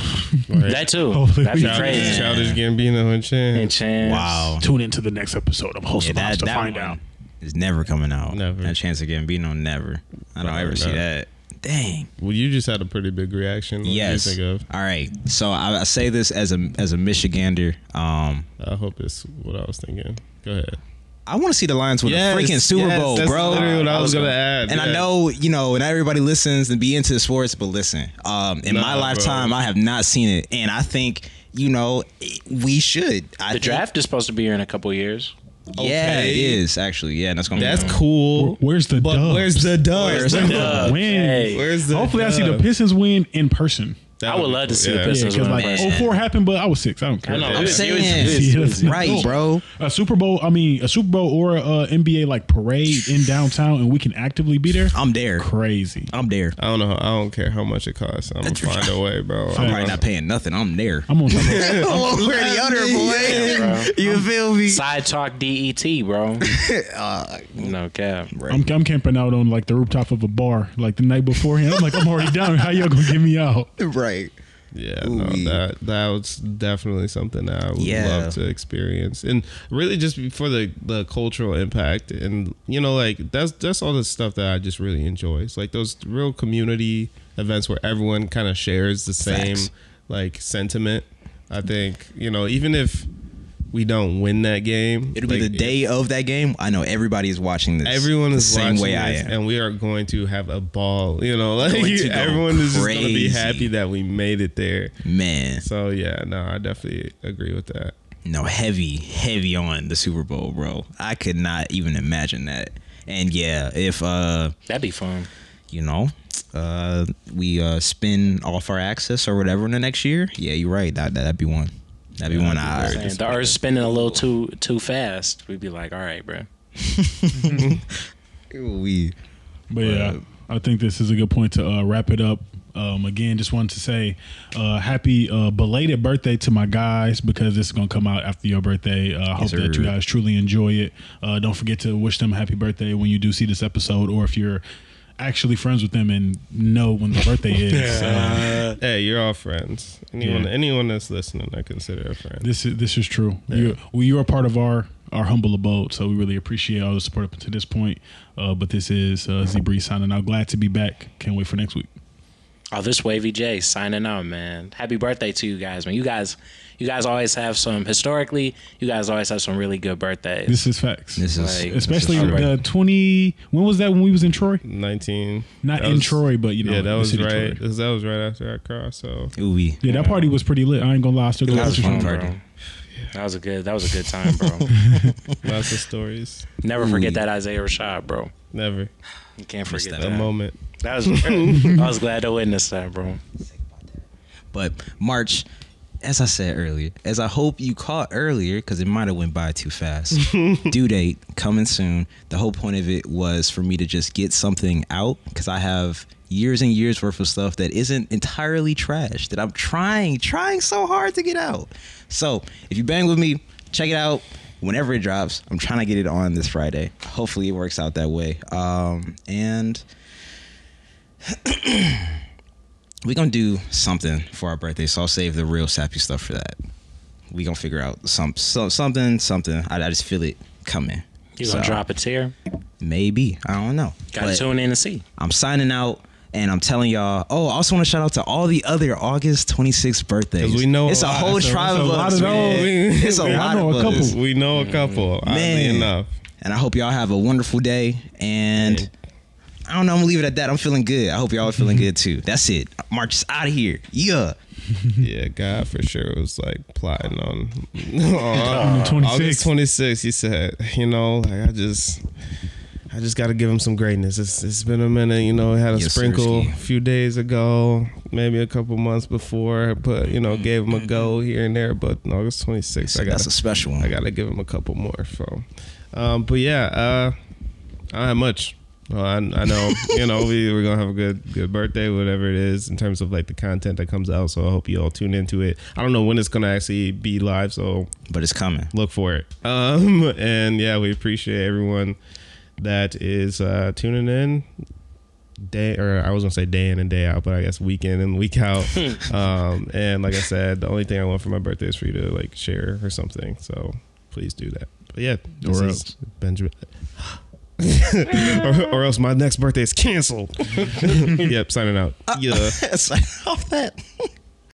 [SPEAKER 3] that too,
[SPEAKER 2] Hopefully
[SPEAKER 3] that'd
[SPEAKER 2] we
[SPEAKER 3] be
[SPEAKER 2] can.
[SPEAKER 3] crazy.
[SPEAKER 5] Childish Gambino and
[SPEAKER 3] And
[SPEAKER 5] Chance.
[SPEAKER 3] Chance,
[SPEAKER 1] Wow.
[SPEAKER 2] tune into the next episode of host of House to find out
[SPEAKER 1] is never coming out.
[SPEAKER 5] Never.
[SPEAKER 1] That chance again, be no never. I don't
[SPEAKER 5] Probably
[SPEAKER 1] ever see
[SPEAKER 5] not.
[SPEAKER 1] that. Dang.
[SPEAKER 5] Well, you just had a pretty big reaction. What did
[SPEAKER 1] yes.
[SPEAKER 5] you think
[SPEAKER 1] All right. So I, I say this as a as a Michigander. Um,
[SPEAKER 5] of? I hope it's what I was thinking. Go ahead.
[SPEAKER 3] Mm.
[SPEAKER 1] I want to see the Lions win
[SPEAKER 5] Yes,
[SPEAKER 1] a freaking Super
[SPEAKER 5] yes,
[SPEAKER 1] Bowl,
[SPEAKER 5] that's
[SPEAKER 1] bro.
[SPEAKER 5] literally what I was gonna
[SPEAKER 1] gonna-
[SPEAKER 5] add,
[SPEAKER 1] And I
[SPEAKER 5] yeah.
[SPEAKER 1] know you know, and everybody listens and be into sports, but listen, um, in
[SPEAKER 5] Nah,
[SPEAKER 1] my
[SPEAKER 5] bro.
[SPEAKER 1] lifetime, I have not seen it, and I think you know it- we should. I
[SPEAKER 3] the
[SPEAKER 1] think-
[SPEAKER 3] draft is supposed to be here in a couple years.
[SPEAKER 1] Yeah,
[SPEAKER 5] Okay.
[SPEAKER 1] it is actually. Yeah, and that's gonna.
[SPEAKER 5] That's
[SPEAKER 1] be
[SPEAKER 5] cool.
[SPEAKER 2] where's the
[SPEAKER 5] but
[SPEAKER 2] dubs?
[SPEAKER 5] where's the dubs?
[SPEAKER 1] Where's the
[SPEAKER 2] Win.
[SPEAKER 3] Hey.
[SPEAKER 5] Where's the
[SPEAKER 2] hopefully i see the
[SPEAKER 5] dubs?
[SPEAKER 2] pistons win in person
[SPEAKER 3] I
[SPEAKER 5] That
[SPEAKER 3] would
[SPEAKER 5] be
[SPEAKER 3] love to see the
[SPEAKER 5] Yeah.
[SPEAKER 2] Yeah,
[SPEAKER 3] Pistons. This
[SPEAKER 2] because
[SPEAKER 3] is
[SPEAKER 2] like
[SPEAKER 3] what I'm
[SPEAKER 2] oh
[SPEAKER 3] saying.
[SPEAKER 2] four happened, but I was six. I don't care.
[SPEAKER 3] I know.
[SPEAKER 2] Yeah. *laughs*
[SPEAKER 3] it
[SPEAKER 1] I'm
[SPEAKER 3] was- it was-
[SPEAKER 1] saying,
[SPEAKER 3] it
[SPEAKER 1] *laughs*
[SPEAKER 3] was-
[SPEAKER 1] right, bro.
[SPEAKER 2] A Super Bowl, I mean, a Super Bowl or a uh, NBA like parade in downtown, and we can actively be there.
[SPEAKER 1] I'm there.
[SPEAKER 2] Crazy.
[SPEAKER 1] I'm there.
[SPEAKER 5] I don't know. how- I don't care how much it costs. I'm gonna find a way, bro.
[SPEAKER 1] I'm probably not paying nothing. I'm there. *laughs*
[SPEAKER 2] I'm on top of
[SPEAKER 1] Oh, we're the
[SPEAKER 5] *laughs*
[SPEAKER 1] other boy. *laughs* you feel me?
[SPEAKER 3] Side talk DET,
[SPEAKER 1] *laughs*
[SPEAKER 3] bro.
[SPEAKER 1] Uh,
[SPEAKER 3] no cap.
[SPEAKER 2] I'm, I'm camping out on like the rooftop of a bar like the night beforehand. I'm like, I'm already down. How y'all gonna get me out?
[SPEAKER 1] Right.
[SPEAKER 5] Yeah, no,
[SPEAKER 1] Ooh-wee.
[SPEAKER 5] that that was definitely something that I would
[SPEAKER 1] Yeah.
[SPEAKER 5] love to experience, and really just for the the cultural impact, and you know, like that's that's all the stuff that I just really enjoy. It's like those real community events where everyone kind of shares the same
[SPEAKER 1] Facts.
[SPEAKER 5] like sentiment. I think you know, even if we don't win that game,
[SPEAKER 1] It'll be
[SPEAKER 5] like,
[SPEAKER 1] the day of that game. I know everybody is watching this.
[SPEAKER 5] Everyone
[SPEAKER 1] the
[SPEAKER 5] is
[SPEAKER 1] same
[SPEAKER 5] watching
[SPEAKER 1] way I
[SPEAKER 5] this,
[SPEAKER 1] am.
[SPEAKER 5] and we are going to have a ball. You know, *laughs* like
[SPEAKER 1] Going to go
[SPEAKER 5] everyone is just going to be
[SPEAKER 1] crazy.
[SPEAKER 5] happy that we made it there.
[SPEAKER 1] Man,
[SPEAKER 5] So yeah, no, I definitely agree with that.
[SPEAKER 1] no, heavy, heavy on the Super Bowl, bro. I could not even imagine that. And yeah, if uh,
[SPEAKER 3] That'd be fun.
[SPEAKER 1] you know, uh, we uh, spin off our access or whatever in the next year, yeah, you're right. That that'd be one. That'd be one. I,
[SPEAKER 3] Saying the Earth's spinning a little too too fast. We'd be like, all right, bro.
[SPEAKER 1] we
[SPEAKER 2] But yeah, I think this is a good point to uh, wrap it up. Um, again, just wanted to say uh, happy uh, belated birthday to my guys because this is going to come out after your birthday. Uh, I hope
[SPEAKER 1] sir.
[SPEAKER 2] that you guys truly enjoy it. Uh, don't forget to wish them a happy birthday when you do see this episode or if you're actually friends with them and know when their birthday
[SPEAKER 1] *laughs*
[SPEAKER 2] is. Uh,
[SPEAKER 5] hey, you're all friends. Anyone,
[SPEAKER 2] Yeah.
[SPEAKER 5] anyone that's listening, I consider a friend.
[SPEAKER 2] This is this is true. You well, you are part of our our humble abode, so we really appreciate all the support up until this point. Uh, but this is uh, Z Bree signing out. Glad to be back. Can't wait for next week.
[SPEAKER 3] Oh, this Wavy J signing out, man. Happy birthday to you guys, man. You guys, you guys always have some. Historically, you guys always have some really good birthdays.
[SPEAKER 2] This is facts.
[SPEAKER 1] this is
[SPEAKER 3] Like,
[SPEAKER 2] Especially
[SPEAKER 1] this is
[SPEAKER 2] the twenty. When was that? When we was in Troy?
[SPEAKER 5] Nineteen.
[SPEAKER 2] Not
[SPEAKER 5] That
[SPEAKER 2] in
[SPEAKER 5] was-
[SPEAKER 2] Troy, but you know,
[SPEAKER 5] yeah,
[SPEAKER 2] the
[SPEAKER 5] that was
[SPEAKER 2] city of
[SPEAKER 5] right.
[SPEAKER 2] Troy.
[SPEAKER 5] 'cause That was right after I
[SPEAKER 2] *laughs*
[SPEAKER 5] crossed. So
[SPEAKER 1] Ooh, we.
[SPEAKER 2] Yeah, that party was pretty lit. I ain't gonna lie. I still go
[SPEAKER 1] That was
[SPEAKER 2] to
[SPEAKER 1] fun
[SPEAKER 2] Troy.
[SPEAKER 1] party.
[SPEAKER 3] That was a good. That was a good
[SPEAKER 1] *laughs*
[SPEAKER 3] time, bro.
[SPEAKER 5] lots of stories.
[SPEAKER 3] Never forget
[SPEAKER 1] Ooh.
[SPEAKER 3] that Isaiah Rashad, bro.
[SPEAKER 5] Never
[SPEAKER 3] You can't
[SPEAKER 1] Missed
[SPEAKER 3] forget
[SPEAKER 1] that
[SPEAKER 5] a
[SPEAKER 3] that.
[SPEAKER 5] moment.
[SPEAKER 3] That was.
[SPEAKER 1] *laughs*
[SPEAKER 3] I was glad to witness that, bro.
[SPEAKER 1] But March, as I said earlier, as I hope you caught earlier, because it might have went by too fast. Due date coming soon. The whole point of it was for me to just get something out because I have years and years worth of stuff that isn't entirely trash that I'm trying, trying so hard to get out. So if you bang with me, check it out whenever it drops. I'm trying to get it on this Friday. Hopefully it works out that way. Um, and we're gonna do something for our birthday so i'll save the real sappy stuff for that we gonna figure out some, so, something something I, I just feel it coming
[SPEAKER 3] You
[SPEAKER 1] So,
[SPEAKER 3] gonna drop a tear?
[SPEAKER 1] maybe i don't know
[SPEAKER 3] Gotta
[SPEAKER 1] But
[SPEAKER 3] tune in and see.
[SPEAKER 1] i'm signing out and i'm telling y'all oh i also want to shout out to all the other august 26th birthdays
[SPEAKER 5] 'Cause we know
[SPEAKER 1] it's a
[SPEAKER 5] a lot.
[SPEAKER 1] whole
[SPEAKER 5] It's a-
[SPEAKER 1] tribe
[SPEAKER 2] it's a
[SPEAKER 1] of
[SPEAKER 2] lot
[SPEAKER 1] us
[SPEAKER 2] of
[SPEAKER 1] man.
[SPEAKER 5] *laughs* those.
[SPEAKER 1] it's a
[SPEAKER 2] Man, I
[SPEAKER 1] lot
[SPEAKER 2] know
[SPEAKER 1] of
[SPEAKER 2] a
[SPEAKER 1] us.
[SPEAKER 2] couple.
[SPEAKER 5] We know a couple. Oddly
[SPEAKER 1] Man.
[SPEAKER 5] enough.
[SPEAKER 1] and i hope y'all have a wonderful day and i don't know i'm gonna leave it at that i'm feeling good i hope y'all are feeling good too that's it march is out of here yeah
[SPEAKER 5] *laughs* Yeah, God for sure was like plotting on, *laughs* on
[SPEAKER 2] 26.
[SPEAKER 5] August 26th. He said, you know, like I just, I just got to give him some greatness. It's, it's been a minute, you know. I had a
[SPEAKER 1] Yes,
[SPEAKER 5] sprinkle
[SPEAKER 1] sirski.
[SPEAKER 5] a few days ago, maybe a couple months before, but you know, gave him a go here and there. But on August 26th, I got
[SPEAKER 1] Mm-hmm. that's a special one
[SPEAKER 5] I gotta give him a couple more. So, um, but yeah, uh, I don't have much. Well, I, I know you know we we're gonna have a good good birthday, whatever it is, in terms of like the content that comes out. So I hope you all tune into it. I don't know when it's gonna actually be live, so
[SPEAKER 1] but it's coming
[SPEAKER 5] look for it. *laughs* Um, and yeah, we appreciate everyone that is uh, tuning in. Day or I was gonna say day in and day out, but I guess weekend and week out. um, and like I said, the only thing I want for my birthday is for you to like share or something. So please do that. But yeah, this
[SPEAKER 2] Or
[SPEAKER 5] is
[SPEAKER 2] else.
[SPEAKER 5] Benjamin. *laughs* or,
[SPEAKER 1] *laughs*
[SPEAKER 5] *laughs* or else my next birthday is canceled. yep, signing out. Yeah.
[SPEAKER 1] Sign off that.